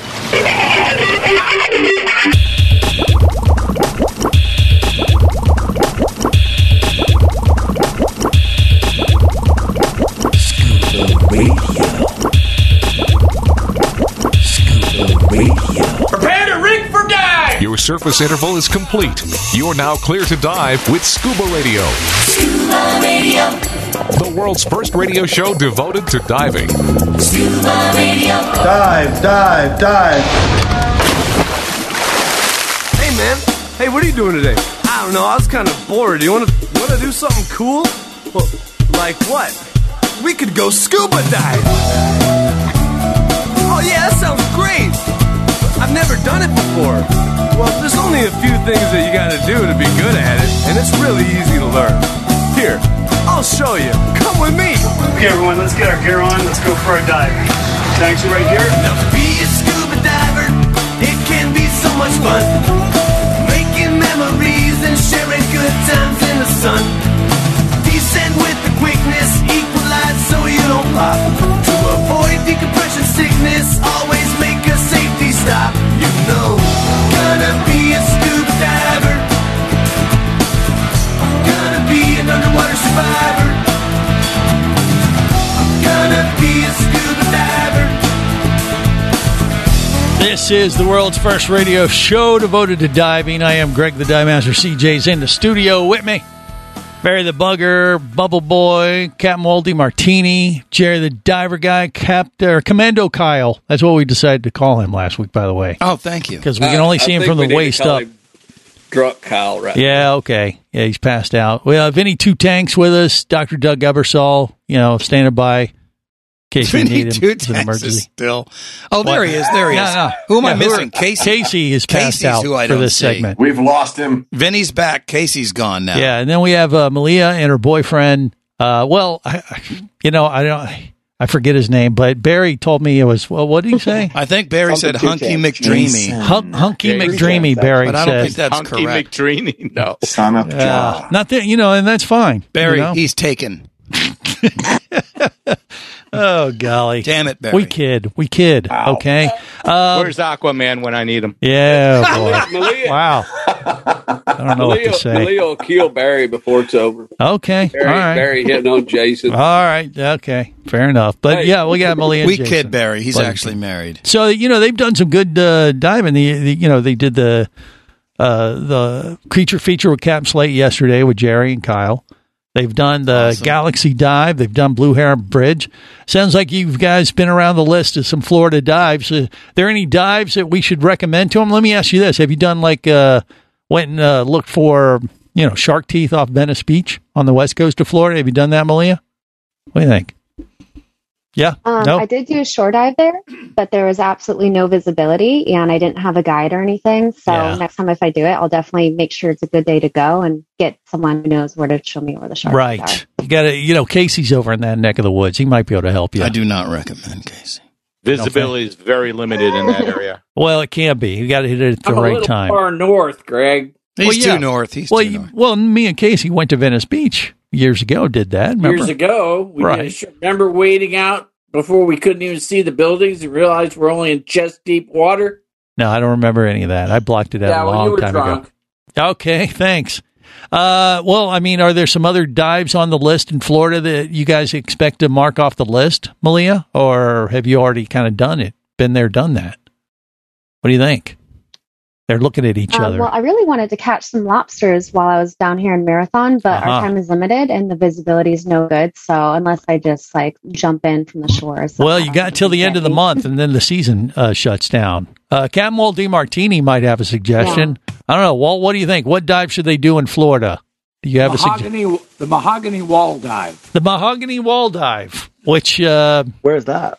[SPEAKER 15] Prepare to rig for dive!
[SPEAKER 4] Your surface interval is complete. You're now clear to dive with Scuba Radio. The world's first radio show devoted to diving.
[SPEAKER 14] Dive, dive, dive.
[SPEAKER 10] Hey man, hey, what are you doing today? I don't know. I was kind of bored. You want to want to do something cool? Well, like what? We could go scuba dive. Oh yeah, that sounds great. I've never done it before. Well, there's only a few things that you got to do to be good at it, and it's really easy to learn. Here, I'll show you. Come with me.
[SPEAKER 11] Okay, everyone, let's get our gear on. Let's go for a dive. Thanks, right here.
[SPEAKER 10] Now be a scuba diver, it can be so much fun. Making memories and sharing good times in the sun. Descend with the quickness, equalize so you don't pop. To avoid decompression sickness, always make a safety stop. You know, gonna be a scuba diver. Gonna be an underwater survivor. Gonna be a scuba diver.
[SPEAKER 5] This is the world's first radio show devoted to diving. I am Greg the Dive Master. CJ's in the studio with me. Barry the Bugger, Bubble Boy, Captain Waldy Martini, Jerry the Diver Guy, Captain or Commando Kyle. That's what we decided to call him last week, by the way.
[SPEAKER 3] Oh, thank you.
[SPEAKER 16] Uh,
[SPEAKER 5] Because we can only see him from the waist up.
[SPEAKER 16] struck Kyle right
[SPEAKER 5] Yeah, okay. Yeah, he's passed out. We have any two tanks with us. Dr. Doug Ebersol, you know, standing by in case we need him.
[SPEAKER 3] Two
[SPEAKER 5] It's an
[SPEAKER 3] tanks is
[SPEAKER 5] emergency.
[SPEAKER 3] still. Oh, there he is. There he
[SPEAKER 5] No,
[SPEAKER 3] is.
[SPEAKER 5] no.
[SPEAKER 3] Who am I
[SPEAKER 5] Yeah,
[SPEAKER 3] missing? Casey.
[SPEAKER 5] Casey is passed
[SPEAKER 3] Casey's
[SPEAKER 5] out
[SPEAKER 3] who I
[SPEAKER 5] for
[SPEAKER 3] don't
[SPEAKER 5] this
[SPEAKER 3] see.
[SPEAKER 5] segment.
[SPEAKER 3] We've lost him. Vinny's back. Casey's gone now.
[SPEAKER 5] Yeah, and then we have uh, Malia and her boyfriend. Uh, well, I, I- you know, I don't, I forget his name, but Barry told me it was. Well, what did he say?
[SPEAKER 3] I think Barry said Hunky McDreamy.
[SPEAKER 5] Hun- hunky
[SPEAKER 3] Yeah, he's
[SPEAKER 5] McDreamy.
[SPEAKER 3] right.
[SPEAKER 5] Barry
[SPEAKER 3] But I don't
[SPEAKER 5] says.
[SPEAKER 3] think that's Hunky correct.
[SPEAKER 8] McDreamy, no.
[SPEAKER 19] Son of
[SPEAKER 5] Yeah, not that you know, and that's fine.
[SPEAKER 3] Barry,
[SPEAKER 5] you know?
[SPEAKER 3] he's taken.
[SPEAKER 5] [laughs] oh golly,
[SPEAKER 3] damn it,
[SPEAKER 8] Barry.
[SPEAKER 5] We kid, we kid. Okay, um,
[SPEAKER 8] Where's Aquaman when I need him? [laughs]
[SPEAKER 5] yeah,
[SPEAKER 8] Oh,
[SPEAKER 1] [laughs]
[SPEAKER 5] boy.
[SPEAKER 16] Malia,
[SPEAKER 5] wow. I don't know what
[SPEAKER 16] Malia,
[SPEAKER 5] to say.
[SPEAKER 16] Malia will kill Barry before it's over.
[SPEAKER 5] Okay,
[SPEAKER 16] Barry,
[SPEAKER 5] all right.
[SPEAKER 16] Barry hitting on Jason.
[SPEAKER 5] All right. Okay. Fair enough. But
[SPEAKER 16] Hey.
[SPEAKER 5] yeah, we got Malia. and
[SPEAKER 3] We
[SPEAKER 5] Jason.
[SPEAKER 3] kid Barry. He's
[SPEAKER 5] But-
[SPEAKER 3] actually married.
[SPEAKER 5] So you know they've done some good uh, diving. The, the you know they did the uh, the creature feature with Captain Slate yesterday with Jerry and Kyle. They've done the Galaxy Dive. They've done Blue Heron Bridge. Sounds like you guys been around the list of some Florida dives. Uh, there any dives that we should recommend to them? Let me ask you this: Have you done like uh, went and uh, looked for you know shark teeth off Venice Beach on the west coast of Florida? Have you done that, Malia? What do you think? Yeah.
[SPEAKER 7] Um,
[SPEAKER 5] no.
[SPEAKER 7] I did do a shore dive there, but there was absolutely no visibility and I didn't have a guide or anything. So next time if I do it, I'll definitely make sure it's a good day to go and get someone who knows where to show me where the sharks are.
[SPEAKER 5] Right. You got to, you know, Casey's over in that neck of the woods. He might be able to help you.
[SPEAKER 3] I do not recommend Casey.
[SPEAKER 8] Visibility is very limited in that [laughs] area.
[SPEAKER 5] Well, it can be. You got to hit it at the
[SPEAKER 16] I'm a
[SPEAKER 5] right
[SPEAKER 16] little
[SPEAKER 5] time.
[SPEAKER 16] far north, Greg.
[SPEAKER 3] He's
[SPEAKER 5] Well, yeah.
[SPEAKER 3] too north. He's
[SPEAKER 5] well,
[SPEAKER 3] too
[SPEAKER 5] you-
[SPEAKER 3] north.
[SPEAKER 5] well, me and Casey went to Venice Beach years ago. Did that? Remember?
[SPEAKER 16] Years ago, we
[SPEAKER 5] Right.
[SPEAKER 16] did a sh- remember waiting out before we couldn't even see the buildings and realized we're only in chest deep water.
[SPEAKER 5] No, I don't remember any of that. I blocked it out
[SPEAKER 16] Yeah,
[SPEAKER 5] a
[SPEAKER 16] when you
[SPEAKER 5] long
[SPEAKER 16] were
[SPEAKER 5] time
[SPEAKER 16] drunk.
[SPEAKER 5] ago. Okay, thanks. Uh, well, I mean, are there some other dives on the list in Florida that you guys expect to mark off the list, Malia, or have you already kind of done it? Been there, done that. What do you think? They're looking at each
[SPEAKER 7] Um,
[SPEAKER 5] other.
[SPEAKER 7] well, I really wanted to catch some lobsters while I was down here in Marathon, but
[SPEAKER 5] Uh-huh.
[SPEAKER 7] our time is limited and the visibility is no good. So unless I just like jump in from the shores,
[SPEAKER 5] Well, you got till the end of the month, and then the season uh, shuts down. Uh, Captain Walt DiMartini might have a suggestion. I don't know, Walt. What do you think? What dive should they do in Florida? Do you have a suggestion?
[SPEAKER 1] mahogany, the mahogany wall dive.
[SPEAKER 5] The mahogany wall dive, which uh,
[SPEAKER 21] where is that?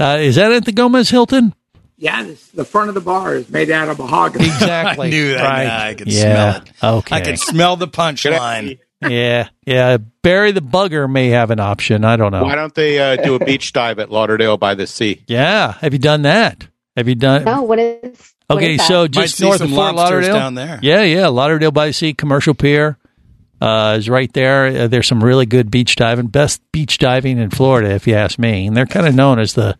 [SPEAKER 5] Uh, is that at the Gomez Hilton?
[SPEAKER 1] Yeah, this, the front of the bar is made out of
[SPEAKER 8] [laughs]
[SPEAKER 1] mahogany.
[SPEAKER 5] Exactly.
[SPEAKER 3] I knew that.
[SPEAKER 5] Right.
[SPEAKER 3] Yeah, I could
[SPEAKER 5] yeah.
[SPEAKER 3] smell it.
[SPEAKER 5] Okay.
[SPEAKER 3] I could smell the punchline.
[SPEAKER 5] yeah. Yeah. Barry the bugger may have an option. I don't know.
[SPEAKER 8] Why don't they uh, do a beach dive at Lauderdale by the sea?
[SPEAKER 5] yeah. Have you done that? Have you done?
[SPEAKER 7] no, what is what
[SPEAKER 5] Okay,
[SPEAKER 7] is that?
[SPEAKER 5] so just north of Fort Lauderdale, Yeah, yeah, Lauderdale by the Sea Commercial Pier uh, is right there. Uh, there's some really good beach diving, best beach diving in Florida, if you ask me. And they're kind of known as the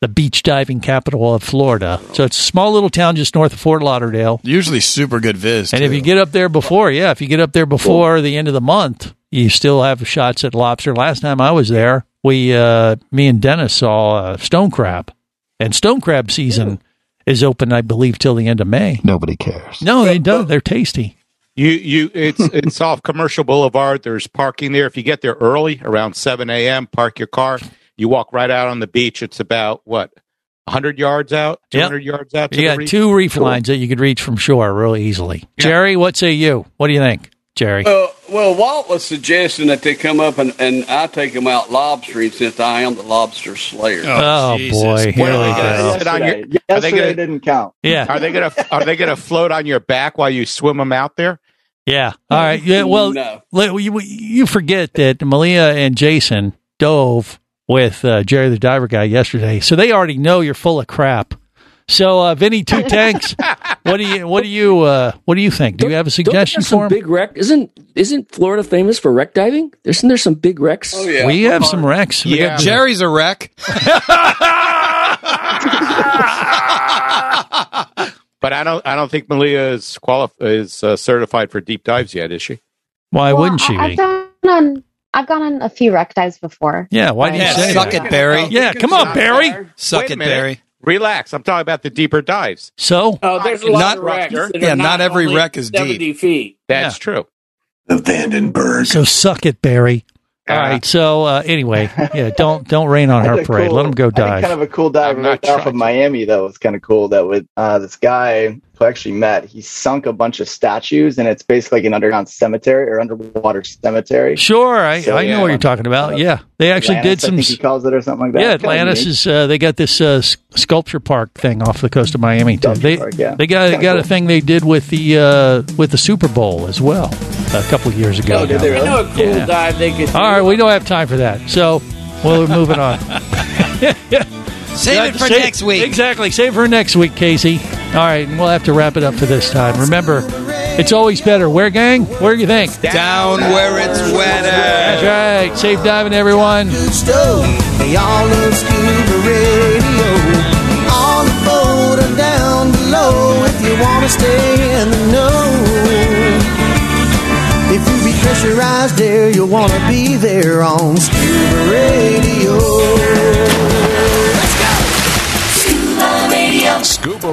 [SPEAKER 5] the beach diving capital of Florida. So it's a small little town just north of Fort Lauderdale.
[SPEAKER 3] Usually super good viz.
[SPEAKER 5] And if you get up there before, yeah, if you get up there before the end of the month, you still have shots at lobster. Last time I was there, we, uh, me and Dennis saw uh, stone crab, and stone crab season is open, I believe, till the end of May.
[SPEAKER 3] Nobody cares.
[SPEAKER 5] No, they don't. They're tasty.
[SPEAKER 8] You, you, [laughs] it's it's off Commercial Boulevard. There's parking there. If you get there early, around seven a.m., park your car. You walk right out on the beach. It's about what, hundred yards out, two hundred yards out. to
[SPEAKER 5] You
[SPEAKER 8] the
[SPEAKER 5] got
[SPEAKER 8] reef?
[SPEAKER 5] two reef lines that you could reach from shore really easily. Jerry, what say you? What do you think, Jerry?
[SPEAKER 22] Uh,
[SPEAKER 16] Well, well, Walt was suggesting that they come up and, and I take them out lobstering since I am the lobster slayer.
[SPEAKER 5] Oh, boy, here
[SPEAKER 8] What, are
[SPEAKER 5] we
[SPEAKER 8] they gonna
[SPEAKER 5] go.
[SPEAKER 8] Uh, sit on your-
[SPEAKER 21] Yesterday.
[SPEAKER 8] are they
[SPEAKER 21] Yesterday
[SPEAKER 8] gonna-
[SPEAKER 21] didn't count.
[SPEAKER 5] Yeah.
[SPEAKER 8] Are they gonna Are they gonna float on your back while you swim them out
[SPEAKER 5] [laughs]
[SPEAKER 8] there?
[SPEAKER 5] Yeah. All right. Yeah. Well,
[SPEAKER 8] No.
[SPEAKER 5] let- you, you forget that Malia and Jason dove with uh, Jerry the diver guy yesterday, so they already know you're full of crap. So, uh, Vinny,
[SPEAKER 22] [laughs]
[SPEAKER 5] two tanks. what do you? What do you? Uh, what do you think? Do you have a suggestion
[SPEAKER 22] There's some
[SPEAKER 5] for him?
[SPEAKER 22] big wreck. Isn't isn't Florida famous for wreck diving? Isn't there some big wrecks? Oh
[SPEAKER 5] We have some wrecks. We got
[SPEAKER 22] [laughs]
[SPEAKER 3] Jerry's
[SPEAKER 5] [laughs]
[SPEAKER 3] a wreck.
[SPEAKER 8] But I don't. I don't think Malia is quali- is uh, certified for deep dives yet, is she?
[SPEAKER 5] Why
[SPEAKER 7] Well, I, I've gone on. I've gone on a few wreck dives before.
[SPEAKER 5] Yeah, why do you
[SPEAKER 7] But-
[SPEAKER 5] say
[SPEAKER 3] suck
[SPEAKER 5] that?
[SPEAKER 3] it, Barry.
[SPEAKER 5] Yeah, come on, Barry.
[SPEAKER 3] Suck
[SPEAKER 8] Wait a
[SPEAKER 3] it,
[SPEAKER 8] minute.
[SPEAKER 3] Barry.
[SPEAKER 8] Relax. I'm talking about the deeper dives.
[SPEAKER 5] So,
[SPEAKER 16] Oh, there's a lot
[SPEAKER 8] Not-
[SPEAKER 16] of wrecks. that are
[SPEAKER 8] yeah, not every
[SPEAKER 16] only
[SPEAKER 8] wreck is deep.
[SPEAKER 16] 70 feet.
[SPEAKER 8] That's true.
[SPEAKER 5] So suck it, Barry. All right. So uh, anyway, yeah, don't don't rain
[SPEAKER 21] [laughs]
[SPEAKER 5] on
[SPEAKER 21] I
[SPEAKER 5] her
[SPEAKER 21] had a
[SPEAKER 5] parade.
[SPEAKER 21] cool-
[SPEAKER 5] Let him go
[SPEAKER 21] I had
[SPEAKER 5] dive.
[SPEAKER 21] kind of a cool dive right off of Miami that was kind of cool. That with uh, this guy who actually met, he sunk a bunch of statues, and it's basically like an underground cemetery or underwater cemetery.
[SPEAKER 5] Sure, I,
[SPEAKER 21] So,
[SPEAKER 5] I know
[SPEAKER 21] yeah. Uh,
[SPEAKER 5] what you're talking about. yeah, they actually
[SPEAKER 21] Atlantis,
[SPEAKER 5] did some.
[SPEAKER 21] I think he calls it or something like that.
[SPEAKER 5] yeah,
[SPEAKER 21] It's kinda
[SPEAKER 5] Atlantis
[SPEAKER 21] neat.
[SPEAKER 5] is. Uh, they got this uh, s- sculpture park thing off the coast of Miami too. They they got
[SPEAKER 21] Kinda
[SPEAKER 5] got a
[SPEAKER 21] cool.
[SPEAKER 5] thing they did with the uh, with the Super Bowl as well a couple of years ago.
[SPEAKER 16] Oh, did they really? I know a cool dive they could.
[SPEAKER 5] All right, we don't have time for that, so we're moving on.
[SPEAKER 3] [laughs] Save it for next week.
[SPEAKER 5] Exactly. Save it for next week, Casey. All right, and we'll have to wrap it up for this time. Remember, it's always better. Where, gang? Where do you think?
[SPEAKER 3] Down where it's wetter.
[SPEAKER 5] That's right. Safe diving, everyone.
[SPEAKER 18] They all love scuba radio. On the boat or down below if you want to stay in the know. If you be pressurized there, you'll want to be there on scuba radio.
[SPEAKER 4] Scuba Radio. Scuba